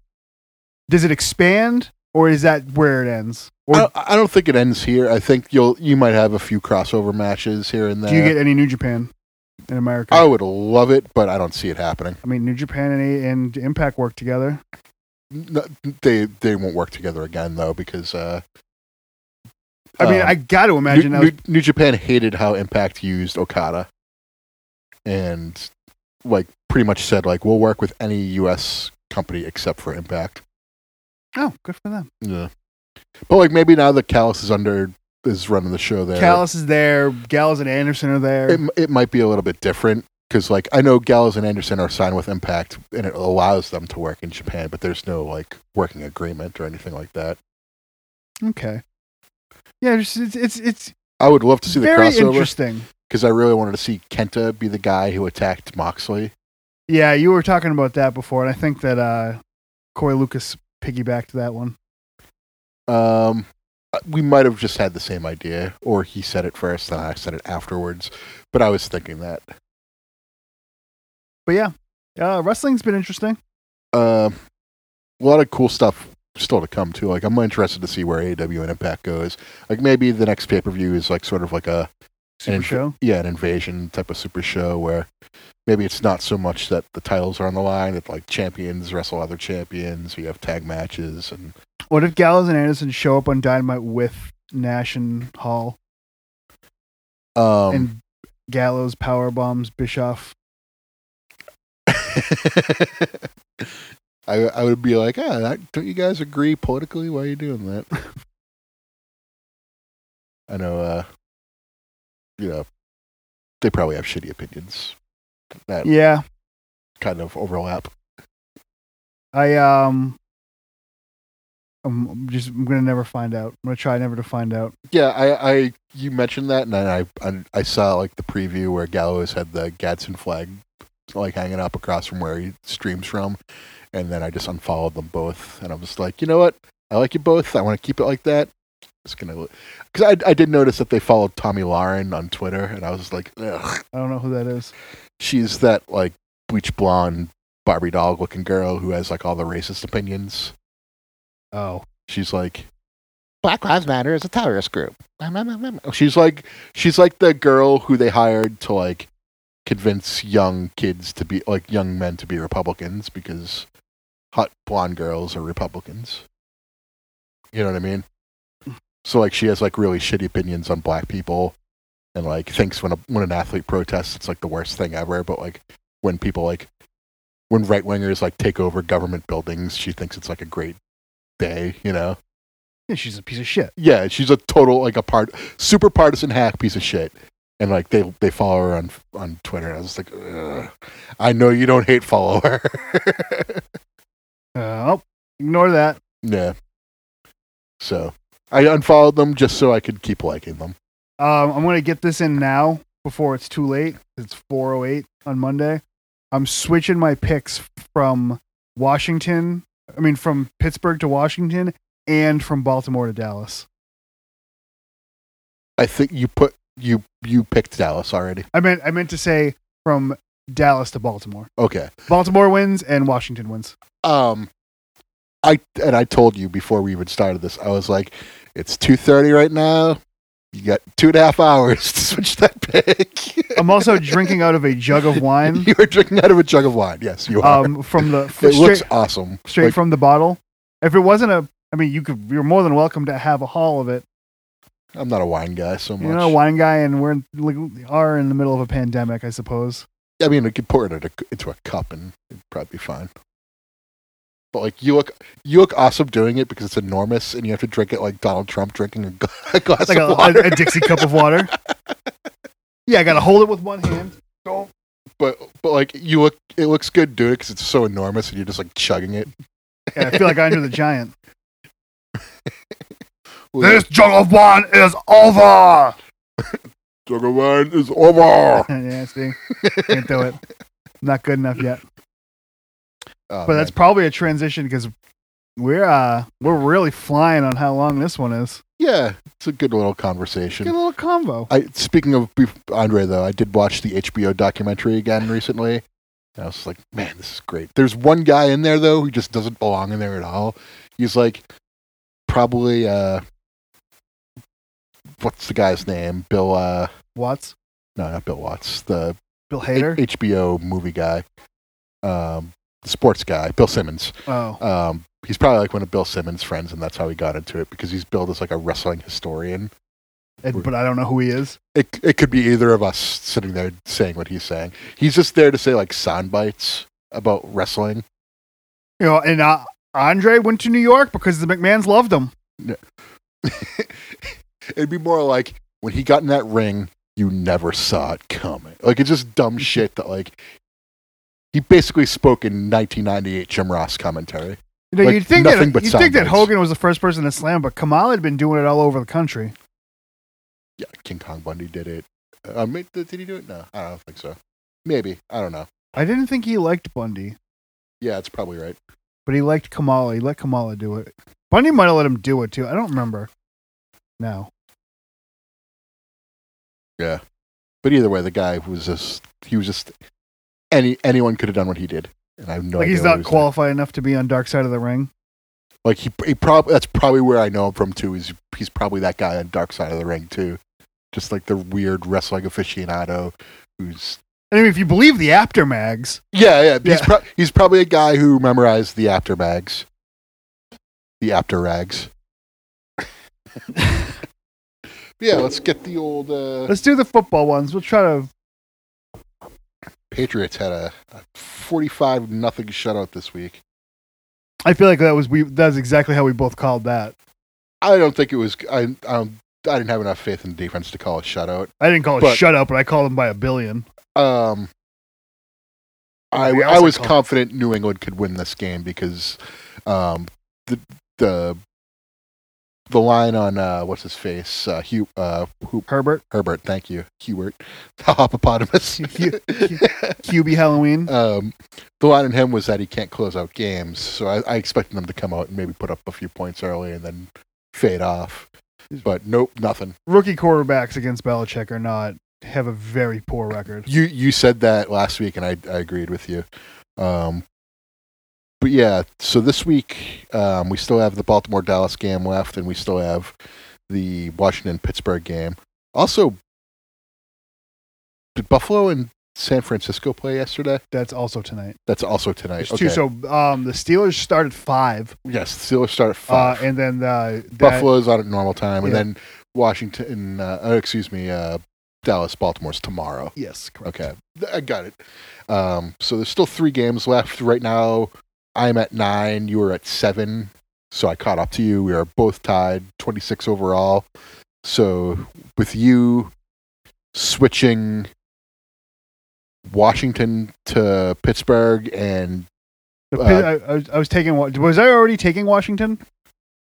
S4: Does it expand, or is that where it ends? Or
S3: I, I don't think it ends here. I think you'll you might have a few crossover matches here and there.
S4: do you get any New Japan in America?
S3: I would love it, but I don't see it happening.
S4: I mean, New Japan and, A- and Impact work together.
S3: N- They they won't work together again though because uh,
S4: I mean,
S3: um,
S4: I got to imagine.
S3: New,
S4: that was-
S3: New- New Japan hated how Impact used Okada, and like pretty much said like we'll work with any U.S. company except for Impact.
S4: oh, good for them.
S3: Yeah, but like maybe now that Callus is under is running the show there.
S4: Callis is there. Gallows and Anderson are there.
S3: it, it might be a little bit different because like i know gallows and anderson are signed with impact and it allows them to work in japan but there's no like working agreement or anything like that
S4: okay. Yeah, it's, it's it's it's
S3: I would love to see the
S4: Very
S3: crossover
S4: interesting.
S3: because I really wanted to see Kenta be the guy who attacked Moxley.
S4: Yeah, you were talking about that before, and I think that uh, Corey Lucas piggybacked that one.
S3: Um, we might have just had the same idea, or he said it first, and I said it afterwards. But I was thinking that.
S4: But yeah, uh, wrestling's been interesting.
S3: uh, a lot of cool stuff still to come too. Like I'm interested to see where AEW and Impact goes. Like maybe the next pay per view is like sort of like a
S4: Super
S3: inv-
S4: show.
S3: yeah an invasion type of super show where maybe it's not so much that the titles are on the line that like champions wrestle other champions. You have tag matches and
S4: What if Gallows and Anderson show up on Dynamite with Nash and Hall
S3: um
S4: and Gallows power bombs Bischoff?
S3: I I would be like ah that, don't you guys agree politically why are you doing that? I know uh you know they probably have shitty opinions that
S4: Yeah,
S3: kind of overlap.
S4: I um, I'm just I'm gonna never find out. I'm gonna try never to find out.
S3: Yeah, I, I you mentioned that, and then I, I I saw like the preview where Gallows had the Gadsden flag like hanging up across from where he streams from, and then I just unfollowed them both, and I was like, you know what, I like you both, I want to keep it like that. It's gonna because I I did notice that they followed Tommy Lauren on Twitter, and I was like, ugh,
S4: I don't know who that is.
S3: she's that like bleach blonde Barbie doll looking girl who has like all the racist opinions.
S4: Oh,
S3: She's like, Black Lives Matter is a terrorist group. Mm, mm, mm, mm. She's like, she's like the girl who they hired to like convince young kids to be like young men to be Republicans because hot blonde girls are Republicans. You know what I mean? So like, she has like really shitty opinions on black people, and like thinks when a when an athlete protests, it's like the worst thing ever. But like, when people like when right wingers like take over government buildings, she thinks it's like a great day, you know?
S4: yeah, she's a piece of shit.
S3: Yeah, she's a total like a part super partisan hack piece of shit. And like they they follow her on on Twitter. And I was like, Ugh. I know you don't hate follow her.
S4: Uh, oh, ignore that.
S3: yeah. So I unfollowed them just so I could keep liking them.
S4: Um, I'm gonna get this in now before it's too late. It's 4:08 on Monday. I'm switching my picks from Washington. I mean, from Pittsburgh to Washington, and from Baltimore to Dallas.
S3: I think you put you you picked Dallas already.
S4: I meant I meant to say from Dallas to Baltimore.
S3: Okay.
S4: Baltimore wins and Washington wins.
S3: um i and i told you before we even started this i was like it's 2.30 right now you got two and a half hours to switch that pick
S4: I'm also drinking out of a jug of wine
S3: you are drinking out of a jug of wine yes you are
S4: um, from the
S3: it
S4: straight,
S3: looks awesome
S4: straight
S3: Like,
S4: from the bottle. If it wasn't a, I mean, you could you're more than welcome to have a haul of it.
S3: i'm not a wine guy so much
S4: You're not a wine guy, and we're in, like, are in the middle of a pandemic, I suppose.
S3: i mean you could pour it in a- into a cup and it'd probably be fine but like you look you look awesome doing it because it's enormous and you have to drink it like donald trump drinking a, gla- a glass
S4: Like a,
S3: of
S4: a,
S3: water
S4: a Dixie cup of water. Yeah, I gotta hold it with one hand. Don't.
S3: but but like you look it looks good doing it because it's so enormous and you're just like chugging it
S4: Yeah, I feel like I'm the giant.
S1: This jug of wine is over.
S3: Jug of wine is over.
S4: yeah, see, can't do it. Not good enough yet.
S3: Oh,
S4: But that's
S3: man.
S4: probably a transition because we're uh we're really flying on how long this one is.
S3: yeah, it's a good little
S4: Get a
S3: conversation.
S4: little combo.
S3: I speaking of bef- Andre though, I did watch the HBO documentary again recently. And I was like, man, this is great. There's one guy in there though who just doesn't belong in there at all. He's like probably uh what's the guy's name? Bill uh
S4: Watts,
S3: no, not Bill Watts. The
S4: Bill
S3: H-
S4: Hader.
S3: HBO movie guy. Um sports guy, Bill Simmons.
S4: Oh,
S3: um, he's probably like one of Bill Simmons' friends, and that's how he got into it because he's billed as like a wrestling historian.
S4: and- but I don't know who he is.
S3: It it could be either of us sitting there saying what he's saying. He's just there to say like sound bites about wrestling.
S4: You know, and uh, Andre went to New York because the McMahon's loved him.
S3: It'd be more like when he got in that ring, you never saw it coming. Like it's just dumb shit that like he basically spoke in 1998 Jim Ross commentary.
S4: You know,
S3: Like,
S4: you'd think
S3: nothing
S4: that
S3: but
S4: you think that
S3: soundbites.
S4: Hogan was the first person to slam, but Kamal had been doing it all over the country.
S3: yeah, King Kong Bundy did it. Uh, ma- did he do it? No, I don't think so. Maybe I don't know.
S4: I didn't think he liked Bundy,
S3: Yeah, that's probably right.
S4: but he liked Kamala. He let Kamala do it. Bundy might have let him do it too. I don't remember. Now
S3: But either way, the guy was just he was just any anyone could have done what he did, and I have no
S4: like
S3: idea.
S4: he's
S3: what he
S4: not
S3: was doing.
S4: qualified enough to be on Dark Side of the Ring.
S3: Like he, he probably that's probably where I know him from too. Is he's probably that guy on Dark Side of the Ring too, just like the weird wrestling aficionado who's
S4: I mean, if you believe the Aftermags,
S3: Yeah, yeah. He's,
S4: Yeah.
S3: pro- he's probably a guy who memorized the after bags. The after rags. yeah, let's get the old uh,
S4: let's do the football ones. We'll try to.
S3: Patriots had a, a 45 nothing shutout this week.
S4: I feel like that was we. That's exactly how we both called that.
S3: I don't think it was I I, don't, I didn't have enough faith in the defense to call a shutout.
S4: I didn't call it
S3: But-
S4: shut up, but I called him by a billion.
S3: Um I,
S4: Everybody else
S3: I was
S4: called-
S3: confident New England could win this game because um, the the the line on uh, what's his face uh, Hugh uh, who
S4: Herbert,
S3: Herbert, thank you. Hubert, the hippopotamus.
S4: Hu- QB Halloween.
S3: um, the line in him was that he can't close out games, so I, I expected them to come out and maybe put up a few points early and then fade off. But nope, nothing.
S4: Rookie quarterbacks against Belichick or not have a very poor record.
S3: You you said that last week, and I, I agreed with you. Um, but yeah, so this week um, we still have the Baltimore Dallas game left, and we still have the Washington Pittsburgh game. Also, did Buffalo and San Francisco play yesterday?
S4: That's also tonight.
S3: That's also tonight.
S4: There's
S3: okay.
S4: two. So um, the Steelers start at five,
S3: yes, the Steelers start at
S4: uh,
S3: five.
S4: and then uh, that-
S3: Buffalo's on at normal time, and
S4: Yeah.
S3: then Washington. Uh, oh, excuse me, uh, Dallas, Baltimore's tomorrow.
S4: Yes, correct.
S3: Okay, Th- I got it. Um, so there's still three games left right now. I'm at nine. You were at seven, so I caught up to you. We are both tied, 26 overall. So with you switching Washington to Pittsburgh and
S4: The
S3: uh,
S4: Pi- I, I was- I was taking. Wa- Was I already taking Washington?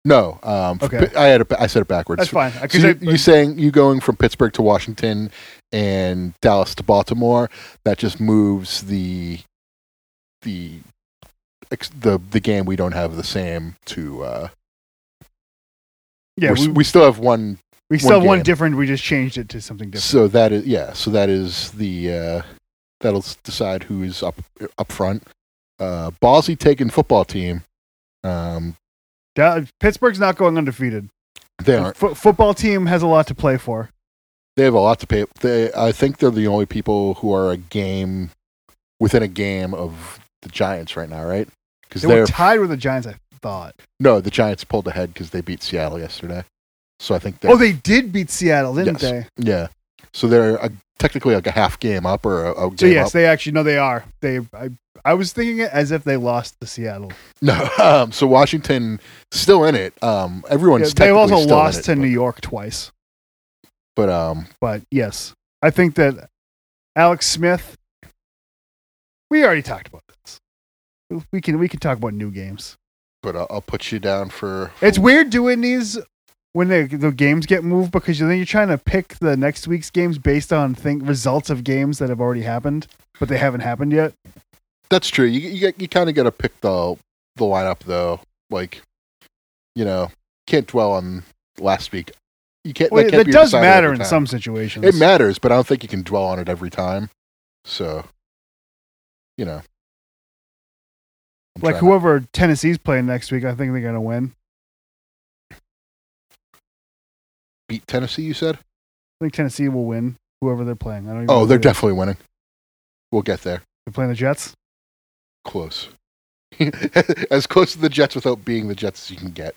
S3: no, um, f-
S4: Okay.
S3: I had it, I said it backwards.
S4: That's fine. uh,
S3: So
S4: 'cause
S3: you,
S4: I-
S3: you saying you going from Pittsburgh to Washington and Dallas to Baltimore? That just moves the the ex- the the game we don't have the same to. Uh,
S4: yeah,
S3: we're s-
S4: we,
S3: we still have one.
S4: we still have one
S3: game.
S4: different. We just changed it to something different.
S3: So that is yeah. So that is the uh, that'll s- decide who is up up front. Uh, ballsy taking football team. Um,
S4: Da- uh, Pittsburgh's not going undefeated.
S3: they
S4: The
S3: aren't.
S4: fo- football team has a lot to play for.
S3: They have a lot to pay. They, I think they're the only people who are a game within a game of the Giants right now, right? Because
S4: They
S3: they
S4: were
S3: are
S4: tied with the Giants. I thought.
S3: no, the Giants pulled ahead because they beat Seattle yesterday. So I think they're
S4: Oh, they did beat Seattle, didn't
S3: Yes.
S4: they?
S3: yeah. So they're a, technically like a half game up or a, a game
S4: So yes,
S3: up.
S4: they actually no, they are. They I, I was thinking it as if they lost to Seattle.
S3: No, um, so Washington still in it. Um, everyone's
S4: Yeah, they've also
S3: technically still in
S4: lost
S3: it,
S4: to
S3: but,
S4: New York twice.
S3: but um,
S4: But yes, I think that Alex Smith. We already talked about this. We can we can talk about new games.
S3: but uh, I'll, I'll put you down for
S4: It's weird doing these when the the games get moved because then you're trying to pick the next week's games based on think results of games that have already happened, but they haven't happened yet.
S3: That's true. You you, get- you kind of got to pick the the lineup though. Like, you know, can't dwell on last week. You can't.
S4: Well,
S3: that
S4: it,
S3: can't
S4: that
S3: be
S4: does
S3: decided
S4: matter
S3: every
S4: in
S3: time.
S4: some situations.
S3: It matters, but I don't think you can dwell on it every time. So, you know, I'm
S4: like
S3: trying to-
S4: whoever Tennessee's playing next week, I think they're gonna win.
S3: beat Tennessee. You said?
S4: I think Tennessee will win whoever they're playing. I don't. Even know
S3: Oh,
S4: who
S3: they're
S4: they-
S3: definitely winning. We'll get there.
S4: they're playing the Jets.
S3: Close. as close to the Jets without being the Jets as you can get.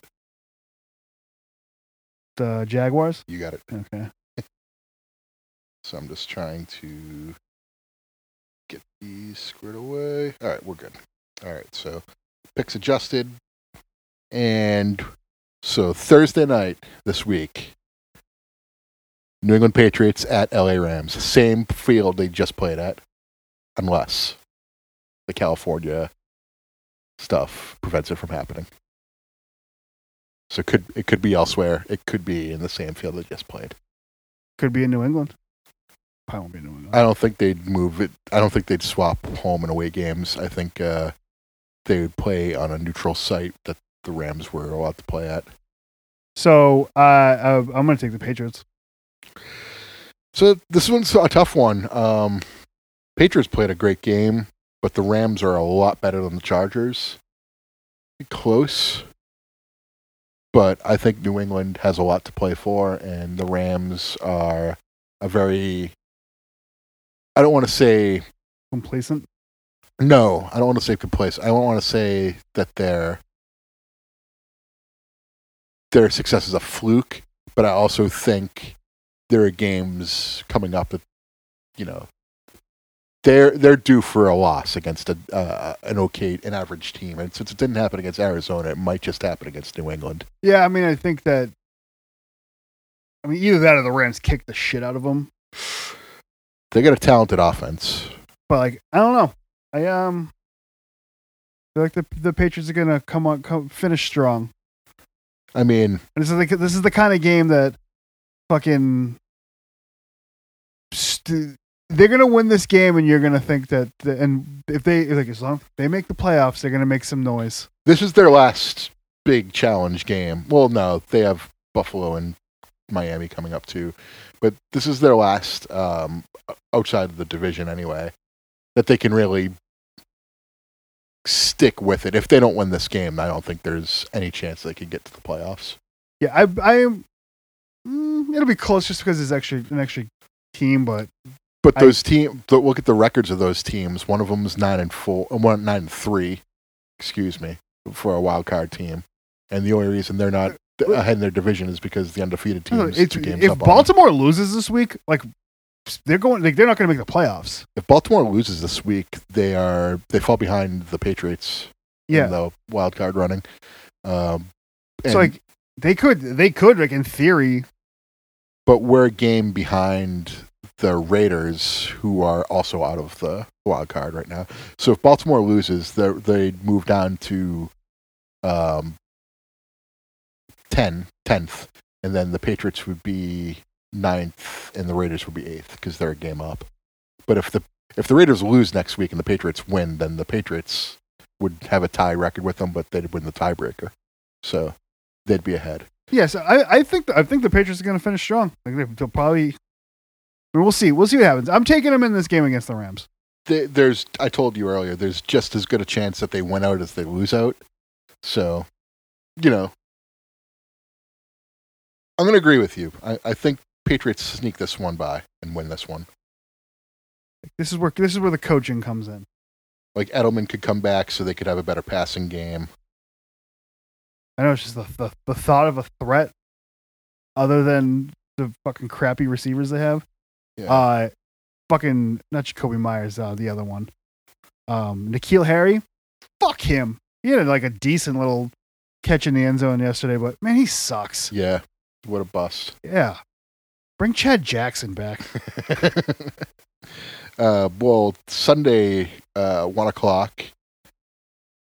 S4: The Jaguars.
S3: You got it.
S4: Okay.
S3: So I'm just trying to get these squared away. All right, we're good. All right, so picks adjusted. And so Thursday night this week, New England Patriots at LA Rams. Same field they just played at, unless the California stuff prevents it from happening. So it could it could be elsewhere. It could be in the same field they just played.
S4: Could be in New England. Probably won't be in New England.
S3: I don't think they'd move it. I don't think they'd swap home and away games. I think uh, they would play on a neutral site that the Rams were allowed to play at.
S4: So uh, I- I'm going to take the Patriots.
S3: So this one's a tough one. Um, Patriots played a great game, but the Rams are a lot better than the Chargers. Close, but I think New England has a lot to play for, and the Rams are a very. I don't want to say
S4: Complacent.
S3: No, I don't want to say complacent. I don't want to say that their their success is a fluke, but I also think there are games coming up that you know they're they're due for a loss against a uh, an okay an average team, and since it didn't happen against Arizona, it might just happen against New England.
S4: Yeah, I mean, I think that. I mean, either that or the Rams kick the shit out of them.
S3: They got a talented offense.
S4: But like, I don't know. I um feel like the the Patriots are gonna come on come finish strong.
S3: I mean,
S4: And this is the this is the kind of game that fucking st- they're gonna win this game, and you're gonna think that. The, and if they like, as long as they make the playoffs, they're gonna make some noise.
S3: this is their last big challenge game. Well, no, they have Buffalo and Miami coming up too, but this is their last um, outside of the division anyway that they can really stick with it. If they don't win this game, I don't think there's any chance they can get to the playoffs.
S4: Yeah, I I am. Mm, it'll be close just because it's actually an extra team, but
S3: But
S4: I-
S3: those team, th- look at the records of those teams. One of them's nine and four, uh, one nine and three, excuse me, for a wild card team, and the only reason they're not th- ahead in their division is because the undefeated
S4: I don't know,
S3: teams
S4: it's-
S3: two games
S4: if
S3: up on them.
S4: Baltimore loses this week, like they're going, like they're not gonna make the playoffs.
S3: If Baltimore loses this week, they are they fall behind the Patriots
S4: Yeah,
S3: in the wild card running. Um,
S4: so
S3: and-
S4: like they could they could like in theory
S3: but we're a game behind the Raiders, who are also out of the wild card right now. So if Baltimore loses, they they move down to um, 10, 10th, and then the Patriots would be ninth, and the Raiders would be eighth because they're a game up. But if the if the Raiders lose next week and the Patriots win, then the Patriots would have a tie record with them, but they'd win the tiebreaker, so they'd be ahead.
S4: Yes, I, I think I think the Patriots are going to finish strong. Like they- they'll probably. I mean, We'll see. We'll see what happens. I'm taking them in this game against the Rams.
S3: th- there's I told you earlier, there's just as good a chance that they win out as they lose out. So, you know, I'm going to agree with you. I, I think Patriots sneak this one by and win this one.
S4: This is where this is where the coaching comes in.
S3: Like Edelman could come back so they could have a better passing game.
S4: I know it's just the the, the thought of a threat, other than the fucking crappy receivers they have.
S3: Yeah.
S4: Uh, fucking not Jacoby Myers, uh, the other one, um, Nikhil Harry. Fuck him. He had like a decent little catch in the end zone yesterday, but man, he sucks.
S3: yeah. What a bust.
S4: Yeah, bring Chad Jackson back.
S3: uh, well, Sunday, uh, 1 o'clock,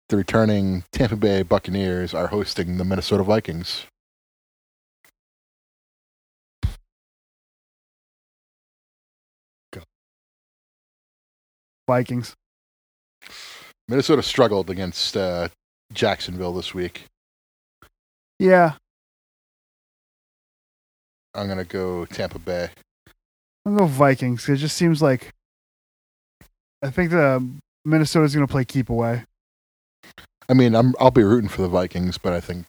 S3: the returning Tampa Bay Buccaneers are hosting the Minnesota Vikings.
S4: Vikings.
S3: Minnesota struggled against uh, Jacksonville this week.
S4: Yeah,
S3: I'm gonna go Tampa Bay.
S4: I'll go Vikings. 'cause It just seems like I think the Minnesota's going to play keep away.
S3: I mean, I'm I'll be rooting for the Vikings, but I think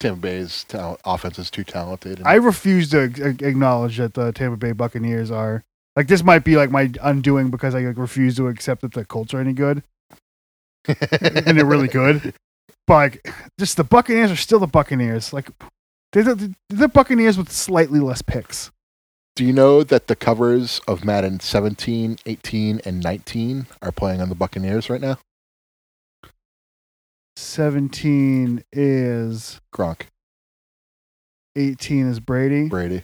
S3: Tampa Bay's talent, offense is too talented. and
S4: I refuse to a- acknowledge that the Tampa Bay Buccaneers are like this might be like my undoing because I like, refuse to accept that the Colts are any good and they're really good. But like, just the Buccaneers are still the Buccaneers. Like they're the, they're the Buccaneers with slightly less picks.
S3: Do you know that the covers of Madden 17, 18, and 19 are playing on the Buccaneers right now?
S4: 17 is
S3: Gronk,
S4: 18 is Brady.
S3: Brady,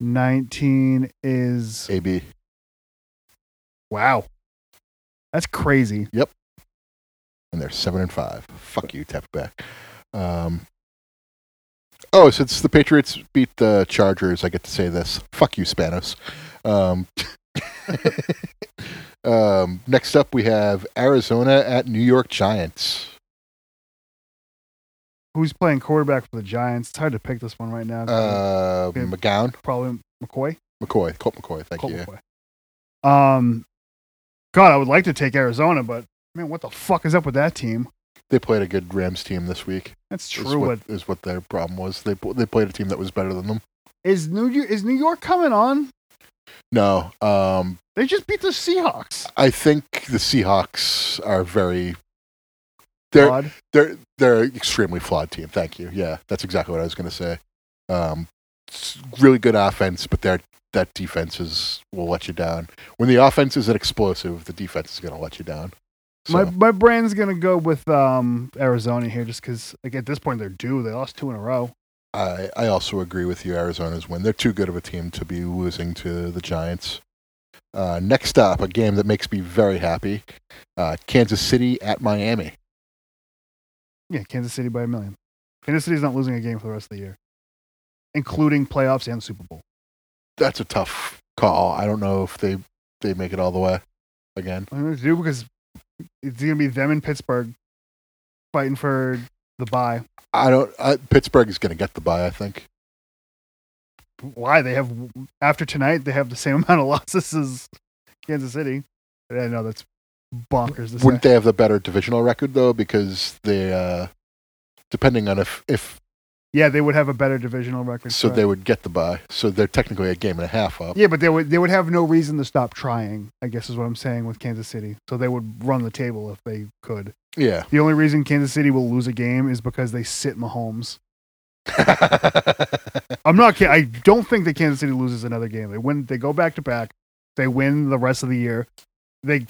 S4: 19 is
S3: AB.
S4: Wow. That's crazy.
S3: and they're seven and five. Fuck you, Tampa Bay. Um, Oh, since the Patriots beat the Chargers, I get to say this. Fuck you, Spanos. Um, um, next up, we have Arizona at New York Giants.
S4: Who's playing quarterback for the Giants? It's hard to pick this one right now.
S3: Uh, McGown,
S4: Probably McCoy.
S3: McCoy, Colt McCoy. Thank
S4: Colt
S3: you.
S4: McCoy. Um, God, I would like to take Arizona, but man, what the fuck is up with that team?
S3: They played a good Rams team this week.
S4: That's
S3: is
S4: true,
S3: what- is what their problem was. They pl- they played a team that was better than them.
S4: but is New York, is New York coming on?
S3: No, um,
S4: They just beat the Seahawks.
S3: I think the Seahawks are very. They're
S4: God.
S3: they're they're an extremely flawed team. Thank you. Yeah, that's exactly what I was going to say. Um, it's really good offense, but their that defense is will let you down. When the offense isn't explosive, the defense is going to let you down. So,
S4: My my brain's gonna go with um Arizona here, just because like at this point they're due. They lost two in a row.
S3: I I also agree with you. Arizona's win. They're too good of a team to be losing to the Giants. Uh, next up, a game that makes me very happy: uh, Kansas City at Miami.
S4: Yeah, Kansas City by a million. Kansas City's not losing a game for the rest of the year, including playoffs and Super Bowl.
S3: That's a tough call. I don't know if they they make it all the way again.
S4: I don't know what to do because it's gonna be them in Pittsburgh fighting for the bye.
S3: I don't. I, Pittsburgh is going to get the bye. I think.
S4: Why they have after tonight they have the same amount of losses as Kansas City. I know that's bonkers. To say.
S3: Wouldn't they have the better divisional record though? Because they, uh, depending on if if
S4: yeah, they would have a better divisional record.
S3: so,
S4: correct.
S3: they would get the bye. So they're technically a game and a half up.
S4: Yeah, but they would they would have no reason to stop trying. I guess is what I'm saying with Kansas City. So they would run the table if they could.
S3: Yeah.
S4: The only reason Kansas City will lose a game is because they sit Mahomes. I'm not. ki- I don't think that Kansas City loses another game. They win. They go back to back. They win the rest of the year. They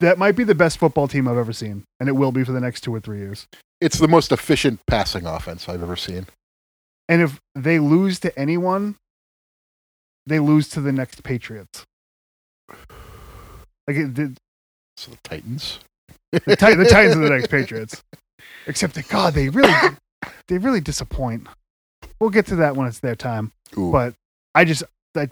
S4: that might be the best football team I've ever seen, and it will be for the next two or three years.
S3: it's the most efficient passing offense I've ever seen.
S4: And if they lose to anyone, they lose to the next Patriots. Like it, the,
S3: So the Titans.
S4: The, Ti- the Titans are the next Patriots. Except that God, they really, they really disappoint. We'll get to that when it's their time.
S3: Ooh.
S4: But I just, I,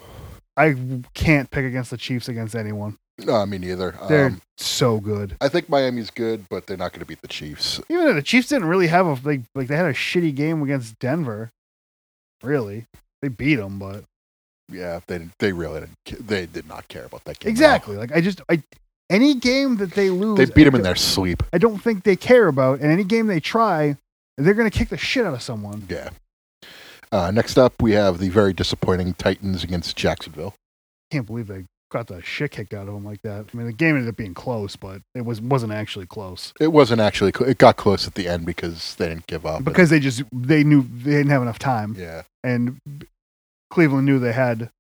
S4: I can't pick against the Chiefs against anyone.
S3: no, I mean neither.
S4: They're
S3: Um,
S4: so good.
S3: I think Miami's good, but they're not going to beat the Chiefs.
S4: Even though the Chiefs didn't really have a like, like they had a shitty game against Denver. Really, they beat them, but
S3: Yeah, they they really didn't. ca- They did not care about that game. at all.
S4: exactly. Like I just, I any game that they lose,
S3: They beat them
S4: I
S3: in
S4: don't-
S3: their sleep.
S4: I don't think they care about, and any game they try, they're gonna kick the shit out of someone.
S3: Yeah. Uh, next up, we have the very disappointing Titans against Jacksonville.
S4: can't believe they got the shit kicked out of them like that. I mean, the game ended up being close, but it was wasn't actually close
S3: It wasn't actually. Cl- it got close at the end because they didn't give up. and-
S4: because they just they knew they didn't have enough time,
S3: yeah,
S4: and Cleveland knew they had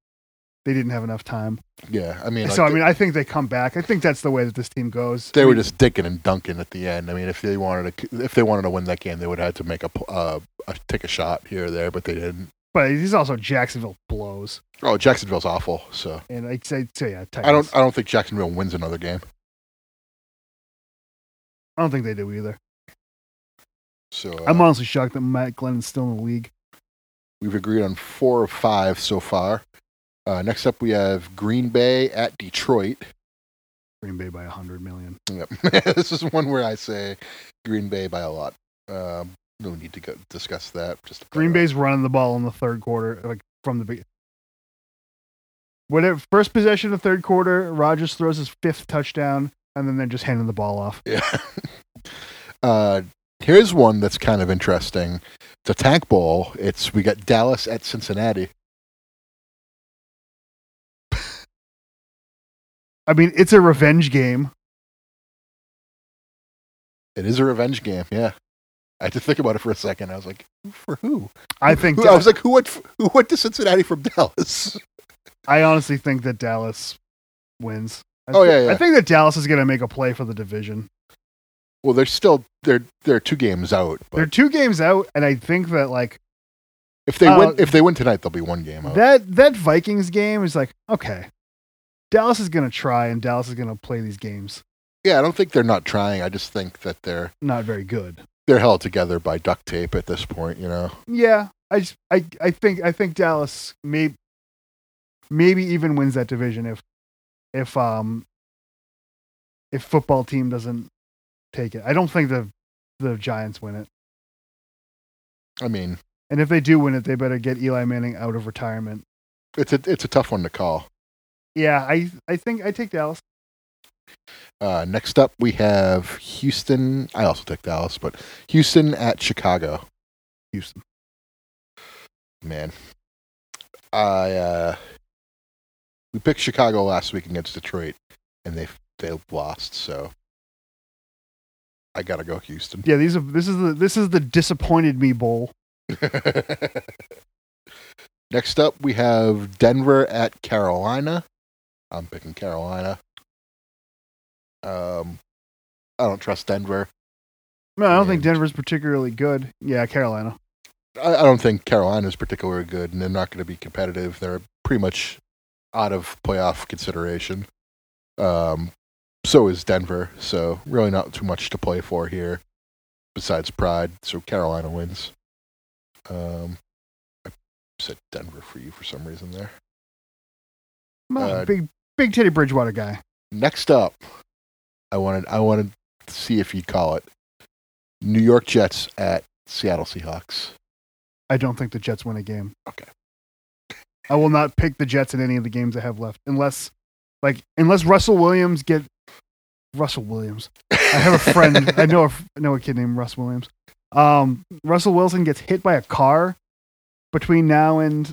S4: they didn't have enough time.
S3: yeah. I mean, like,
S4: so I mean, I think they come back. I think that's the way that this team goes.
S3: they were just dicking and dunking at the end. I mean, if they wanted to, if they wanted to win that game, they would have had to make a, pl- uh, a take a shot here or there, but they didn't.
S4: but he's also Jacksonville blows,
S3: Oh, Jacksonville's awful. So
S4: and I'd say, so yeah, Titans.
S3: I don't, I don't think Jacksonville wins another game.
S4: I don't think they do either.
S3: So uh,
S4: I'm honestly shocked that Matt Glennon's still in the league.
S3: we've agreed on four of five so far. Uh, next up, we have Green Bay at Detroit.
S4: Green Bay by hundred million.
S3: Yep. this is one where I say Green Bay by a lot. Um, no need to go discuss that. Just
S4: Green
S3: Bay.
S4: Bay's running the ball in the third quarter, like from the beginning. Whatever first possession of the third quarter, Rogers throws his fifth touchdown, and then they're just handing the ball off.
S3: Yeah. uh, here's one that's kind of interesting. The Tank Bowl. It's we got Dallas at Cincinnati.
S4: I mean, it's a revenge game.
S3: It is a revenge game. Yeah. I had to think about it for a second. I was like, for who?
S4: I think
S3: Who- I was like, who went, who went to Cincinnati from Dallas?
S4: I honestly think that Dallas wins. I
S3: Oh,
S4: thi-
S3: yeah, yeah.
S4: I think that Dallas is going to make a play for the division.
S3: Well, they're still they're they're two games out. But
S4: They're two games out, and I think that like
S3: if they
S4: uh,
S3: win if they win tonight, they'll be one game out.
S4: that that Vikings game is like okay, Dallas is going to try, and Dallas is going to play these games
S3: yeah, I don't think they're not trying. I just think that they're
S4: not very good.
S3: they're held together by duct tape at this point, you know.
S4: Yeah, I just, I I think I think Dallas may maybe even wins that division if if um if football team doesn't take it. I don't think the the Giants win it.
S3: I mean,
S4: And if they do win it, they better get Eli Manning out of retirement.
S3: it's a it's a tough one to call.
S4: Yeah, I I think I take Dallas.
S3: Uh, next up, we have Houston. I also took Dallas, but Houston at Chicago. Houston, man, I uh, we picked Chicago last week against Detroit, and they they lost. So I gotta go Houston.
S4: Yeah, these are this is the this is the disappointed me bowl.
S3: Next up, we have Denver at Carolina. I'm picking Carolina. Um, I don't trust Denver.
S4: No, I don't think
S3: Yeah.
S4: Denver's particularly good. Yeah, Carolina.
S3: I, I don't think Carolina's particularly good, and they're not going to be competitive. They're pretty much out of playoff consideration. Um, so is Denver. So really, not too much to play for here, besides pride. So Carolina wins. Um, I said Denver for you for some reason there.
S4: Come on,
S3: Uh,
S4: big big Teddy Bridgewater guy.
S3: Next up, I wanted I wanted to see if you'd call it New York Jets at Seattle Seahawks.
S4: I don't think the Jets win a game.
S3: Okay.
S4: I will not pick the Jets in any of the games I have left unless like unless Russell Williams get Russell Williams. I have a friend, I know a f- I know a kid named Russ Williams. Um Russell Wilson gets hit by a car between now and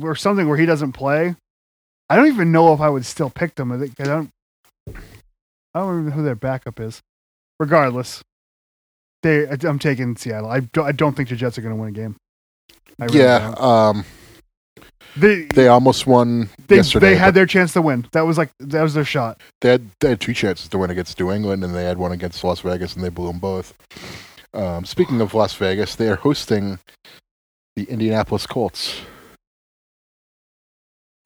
S4: or something where he doesn't play. I don't even know if I would still pick them. I think I don't I don't remember who their backup is. Regardless, they I- I'm taking Seattle. I don't, I don't think the Jets are going to win a game. I really
S3: yeah,
S4: don't.
S3: um,
S4: they
S3: they almost won
S4: they,
S3: yesterday.
S4: they had
S3: but
S4: their chance to win. That was like that was their shot.
S3: they had they had two chances to win against New England, and they had one against Las Vegas, and they blew them both. Um, speaking of Las Vegas, they are hosting the Indianapolis Colts.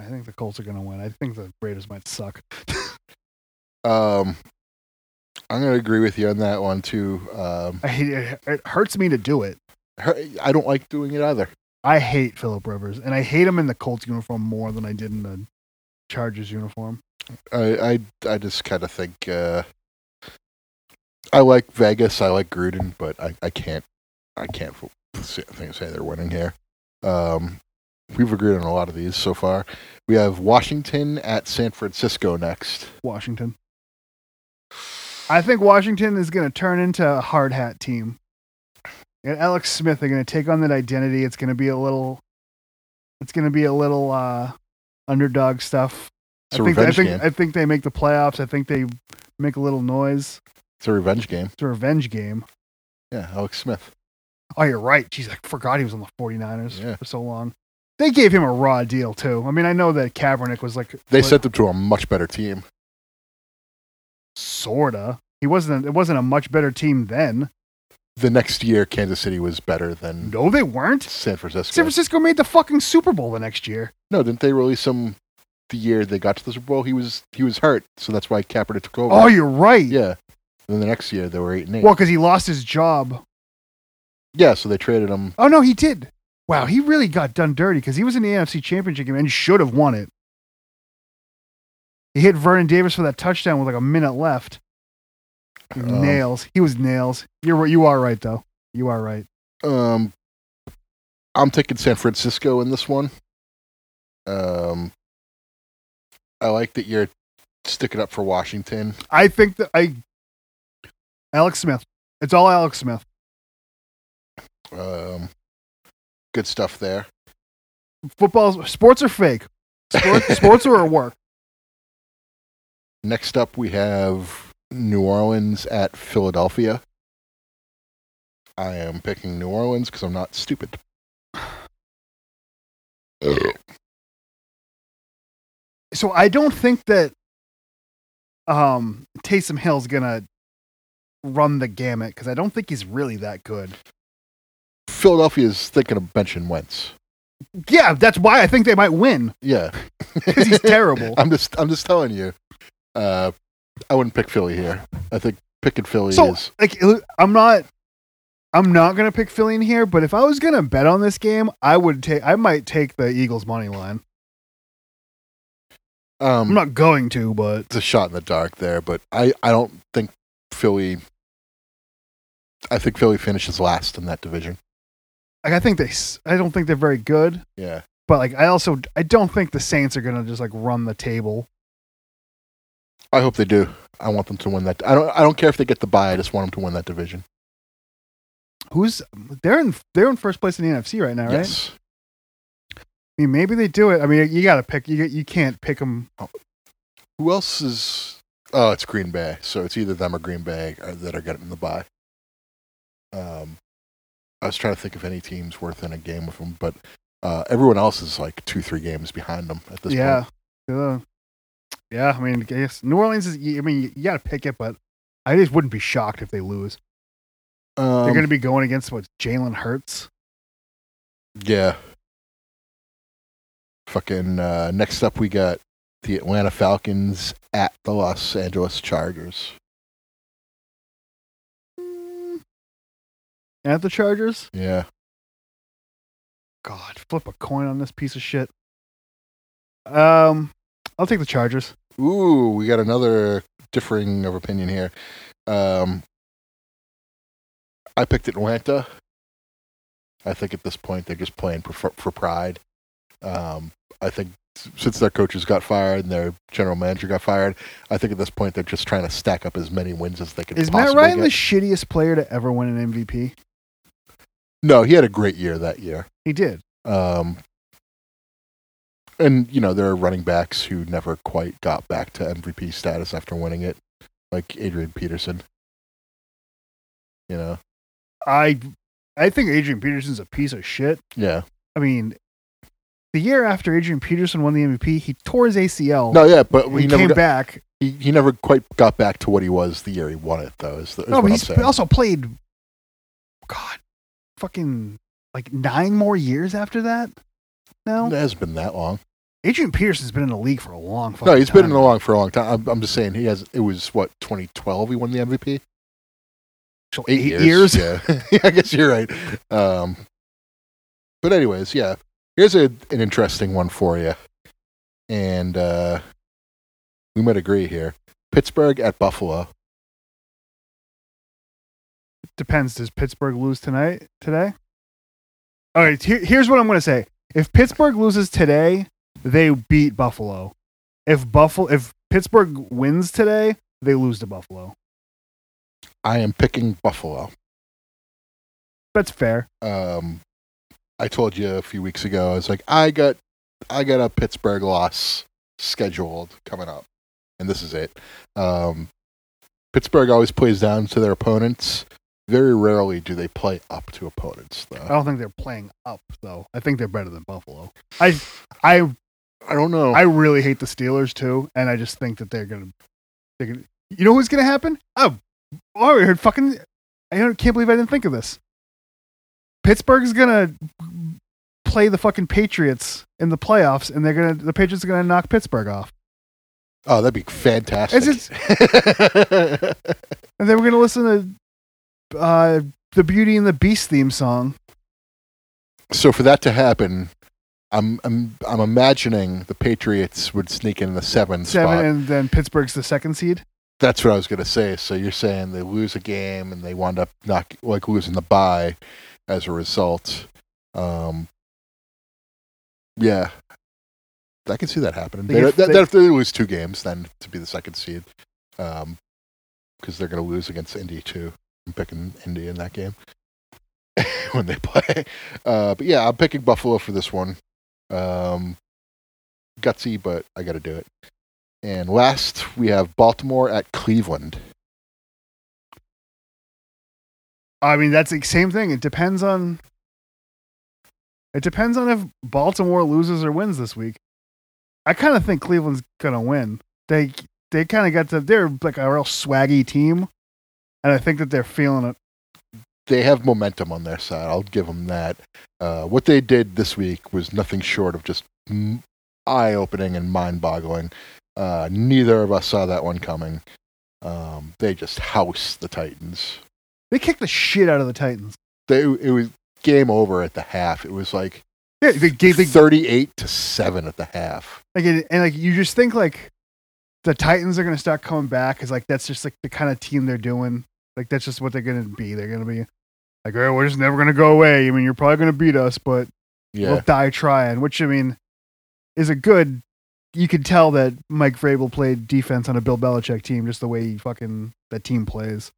S4: I think the Colts are going to win. I think the Raiders might suck.
S3: Um, I'm going to agree with you on that one too. Um,
S4: I hate it. It hurts me to do it.
S3: I don't like doing it either.
S4: I hate Philip Rivers, and I hate him in the Colts uniform more than I did in the Chargers uniform.
S3: I I, I just kind of think uh, I like Vegas. I like Gruden, but I, I can't I can't fo- say, think- say they're winning here. Um, we've agreed on a lot of these so far. We have Washington at San Francisco next.
S4: Washington. I think Washington is going to turn into a hard hat team. And Alex Smith are going to take on that identity. It's going to be a little, it's going to be a little uh, underdog stuff.
S3: It's
S4: I
S3: a
S4: think I
S3: revenge
S4: think
S3: game.
S4: I think they make the playoffs. I think they make a little noise.
S3: It's a revenge game.
S4: It's a revenge game.
S3: Yeah, Alex Smith.
S4: Oh, you're right. Jeez, I forgot he was on the 49ers
S3: Yeah.
S4: for so long. They gave him a raw deal too. I mean, I know that Kaepernick was like
S3: They
S4: was-
S3: sent them to a much better team.
S4: sorta. He wasn't. It wasn't a much better team then.
S3: The next year, Kansas City was better than
S4: No, they weren't.
S3: San Francisco.
S4: San Francisco made the fucking Super Bowl the next year.
S3: No, didn't they release him the year they got to the Super Bowl? He was he was hurt, so that's why Kaepernick took over.
S4: Oh, you're right.
S3: Yeah. Then the next year they were eight and eight.
S4: Well, because he lost his job.
S3: yeah, so they traded him.
S4: Oh no, he did. Wow, he really got done dirty because he was in the NFC Championship game and should have won it. He hit Vernon Davis for that touchdown with like a minute left. He
S3: Um,
S4: nails. He was nails. You're right- you are right though. You are right.
S3: Um, I'm taking San Francisco in this one. Um, I like that you're sticking up for Washington.
S4: I think that I Alex Smith. It's all Alex Smith.
S3: Um, good stuff there.
S4: Football sports are fake. Sports, sports are a work.
S3: Next up, we have New Orleans at Philadelphia. I am picking New Orleans because I'm not stupid.
S4: so I don't think that um Taysom Hill's gonna run the gamut because I don't think he's really that good.
S3: Philadelphia's thinking of benching Wentz.
S4: Yeah, that's why I think they might win
S3: Yeah,
S4: because he's terrible.
S3: I'm just I'm just telling you. Uh, I wouldn't pick Philly here. I think picking Philly
S4: So-
S3: is
S4: like I'm not I'm not gonna pick Philly in here, but if I was gonna bet on this game, I would take. I might take the Eagles money line.
S3: Um,
S4: I'm not going to, but
S3: it's a shot in the dark there, but I, I don't think Philly. I think Philly finishes last in that division.
S4: like, I think they. s- I don't think they're very good.
S3: Yeah.
S4: But like, I also I don't think the Saints are gonna just like run the table.
S3: I hope they do. I want them to win that. I don't. I don't care if they get the bye. I just want them to win that division.
S4: Who's they're in they're in first place in the NFC right now, right?
S3: Yes.
S4: I mean, maybe they do it. I mean, you gotta pick. You you can't pick them.
S3: Who else is? Oh, it's Green Bay. So it's either them or Green Bay are, that are getting the bye. Um, I was trying to think if any team's worth in a game with them, but uh, everyone else is like two, three games behind them at this
S4: Yeah.
S3: point.
S4: Yeah. Yeah. I mean, I guess New Orleans is. I mean, you gotta pick it, but I just wouldn't be shocked if they lose.
S3: Um,
S4: they're gonna be going against what Jalen Hurts.
S3: Yeah. Fucking uh, next up, we got the Atlanta Falcons at the Los Angeles Chargers.
S4: At the Chargers?
S3: Yeah,
S4: God, flip a coin on this piece of shit. Um, I'll take the Chargers.
S3: Ooh, we got another differing of opinion here. Um, I picked Atlanta. I think at this point they're just playing for, for pride. Um, I think s- since their coaches got fired and their general manager got fired, I think at this point they're just trying to stack up as many wins as they can.
S4: Is Matt
S3: possibly
S4: Ryan
S3: get.
S4: the shittiest player to ever win an MVP?
S3: no, he had a great year that year.
S4: He did.
S3: Um, and you know there are running backs who never quite got back to MVP status after winning it, like Adrian Peterson. You know,
S4: I, I think Adrian Peterson's a piece of shit.
S3: yeah,
S4: I mean, the year after Adrian Peterson won the MVP, he tore his ACL.
S3: no, yeah, but
S4: he
S3: he never
S4: came
S3: got,
S4: back.
S3: he, he never quite got back to what he was the year he won it though. Is, the, is
S4: No,
S3: what
S4: but
S3: I'm
S4: he's
S3: saying.
S4: also played. God, fucking like nine more years after that. Now
S3: it has been that long.
S4: Adrian Peterson's been in the league for a long.
S3: No,
S4: fucking
S3: he's been in
S4: time.
S3: the long for a long time. I'm, I'm just saying he has. It was what 2012 he won the MVP.
S4: So
S3: eight, years. Yeah. Yeah, I guess you're right. Um, but anyways, yeah, here's a, an interesting one for you, and uh, we might agree here. Pittsburgh at Buffalo.
S4: Depends. Does Pittsburgh lose tonight? Today? All right. Here, here's what I'm going to say. If Pittsburgh loses today, they beat Buffalo. If Buffalo, if Pittsburgh wins today, they lose to Buffalo.
S3: I am picking Buffalo.
S4: That's fair.
S3: Um, I told you a few weeks ago. I was like, I got, I got a Pittsburgh loss scheduled coming up, and this is it. Um, Pittsburgh always plays down to their opponents. Very rarely do they play up to opponents, though.
S4: I don't think they're playing up though. I think they're better than Buffalo. I, I,
S3: I don't know.
S4: I really hate the Steelers too, and I just think that they're gonna, they're gonna. You know what's gonna happen? Oh, I already heard fucking. I don't- can't believe I didn't think of this. Pittsburgh's gonna play the fucking Patriots in the playoffs, and they're gonna. The Patriots are gonna knock Pittsburgh off,
S3: Oh, that'd be fantastic.
S4: It's and then we're gonna listen to uh, the Beauty and the Beast theme song.
S3: so for that to happen, I'm I'm I'm imagining the Patriots would sneak in the seventh
S4: Seven,
S3: spot.
S4: and then Pittsburgh's the second seed.
S3: That's what I was gonna say. So you're saying they lose a game and they wind up not like losing the bye as a result. Um, yeah, I can see that happening.
S4: They
S3: They,
S4: get-
S3: that,
S4: they-
S3: that if they lose two games, then to be the second seed, because they're gonna lose against Indy too. I'm picking Indy in that game. when they play. Uh, but yeah, I'm picking Buffalo for this one. Um, gutsy, but I got to do it. And last, we have Baltimore at Cleveland.
S4: I mean, that's the same thing. It depends on. It depends on if Baltimore loses or wins this week. I kind of think Cleveland's gonna win. They they kind of got to they're like a real swaggy team, and I think that they're feeling it.
S3: They have momentum on their side. I'll give them that. Uh, what they did this week was nothing short of just eye opening and mind boggling. Uh, neither of us saw that one coming. Um, they just housed the Titans.
S4: They kicked the shit out of the Titans.
S3: They, it was game over at the half. It was like
S4: Yeah, they gave they,
S3: thirty-eight to seven at the half.
S4: like and, and like you just think like the Titans are gonna start coming back because like that's just like the kind of team they're doing. Like that's just what they're gonna be. They're gonna be like, oh, we're just never gonna go away. I mean, you're probably gonna beat us, but we'll
S3: Yeah,
S4: die trying. Which I mean is a good. You could tell that Mike Vrabel played defense on a Bill Belichick team, just the way he fucking that team plays.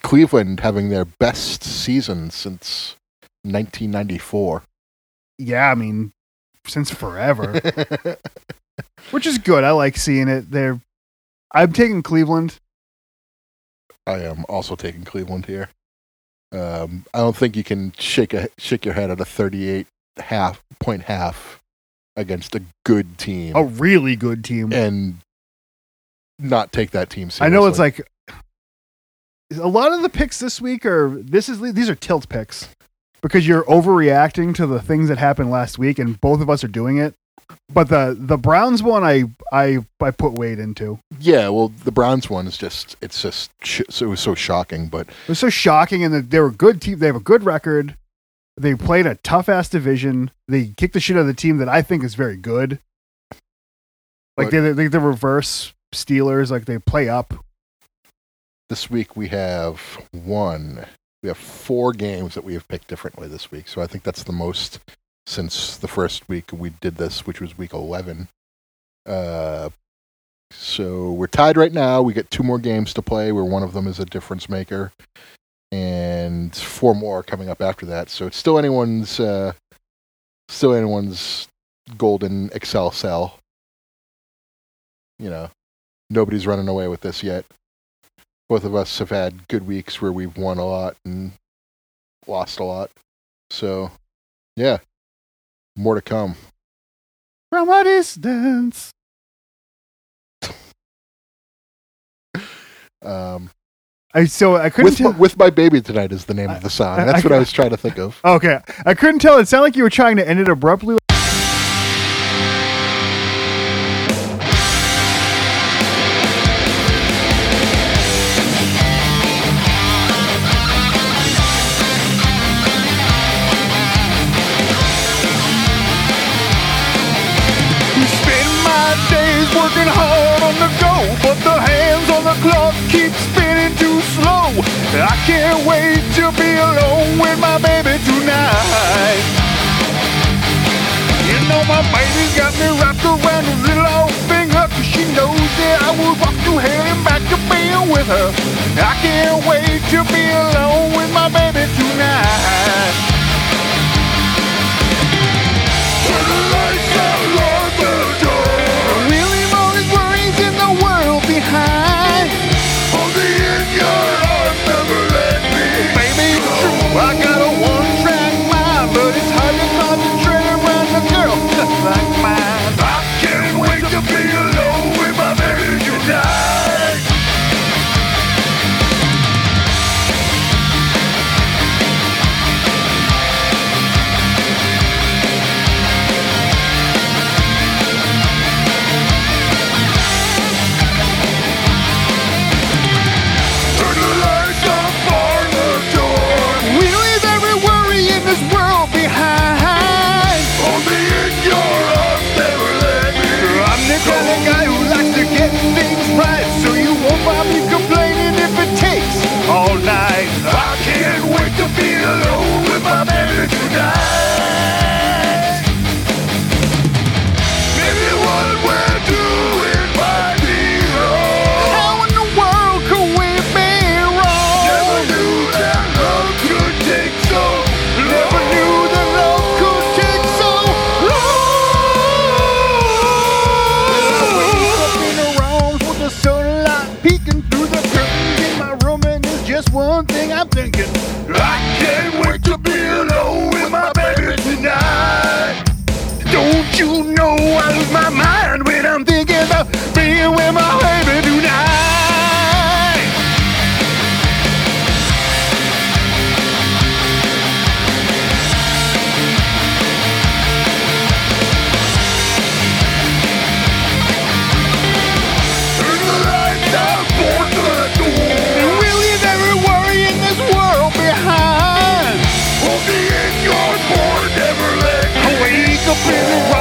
S3: Cleveland having their best season since nineteen ninety-four.
S4: Yeah, I mean, since forever. which is good. I like seeing it. They're I'm taking Cleveland.
S3: I am also taking Cleveland here. Um, I don't think you can shake a shake your head at a thirty-eight half point half against a good team
S4: A really good team.
S3: and not take that team seriously.
S4: mm. I know it's like a lot of the picks this week are this is these are tilt picks because you're overreacting to the things that happened last week, and both of us are doing it. But the the Browns one, I I I put weight into.
S3: yeah. Well, the Browns one is just it's just sh- so it was so shocking, but
S4: It was so shocking, and that they were a good team. They have a good record. They played a tough ass division. They kicked the shit out of the team that I think is very good.
S3: But-
S4: Like they, they the reverse Steelers. Like they play up.
S3: this week we have one. We have four games that we have picked differently this week. So I think that's the most since the first week we did this, which was week 11. Uh, so we're tied right now. We get two more games to play, where one of them is a difference maker, and four more coming up after that. So it's still anyone's, uh, still anyone's golden Excel cell. You know, nobody's running away with this yet both of us have had good weeks where we've won a lot and lost a lot. So, yeah, more to come.
S4: From a distance.
S3: Um,
S4: I so I couldn't
S3: with,
S4: tell.
S3: my, with my baby tonight is the name of the song.
S4: I-
S3: That's
S4: I-
S3: what I was trying to think of.
S4: Okay, I couldn't tell. It sounded like you were trying to end it abruptly.
S1: Spend my days working hard on the go, but the hands on the clock keep spinning too slow. I can't wait to be alone with my baby tonight. You know my baby's got me wrapped around her little old finger 'cause she knows that I would walk through hell and back to being with her. I can't wait to be alone with my baby tonight. Turn the lights out, lock the door. We'll leave all these worries in the world behind. Only in your arms, never let me Baby, it's true, I got a one-track mind, but it's hard to concentrate around a girl just like mine. I can't wait to be alone with my baby tonight. Turn the lights up, bar the door. We'll leave every worry in this world behind. Only in your arms, never let me I'm the kind of guy who likes to get things right, so you won't find me complaining if it takes all night. I can't wait to be alone with my baby tonight. Maybe what we're doing might be wrong. How in the world could we be wrong? Never knew that love could take so long. Never knew that love could take so long. Up in with the sunlight peeking through the curtains in my room, and it's just one thing I'm thinking. I can't wait to be alone with my baby tonight. Don't you know I lose my mind when I'm thinking about being with my baby tonight? Turn the lights out, board the door. We'll leave every worry in this world
S3: feeling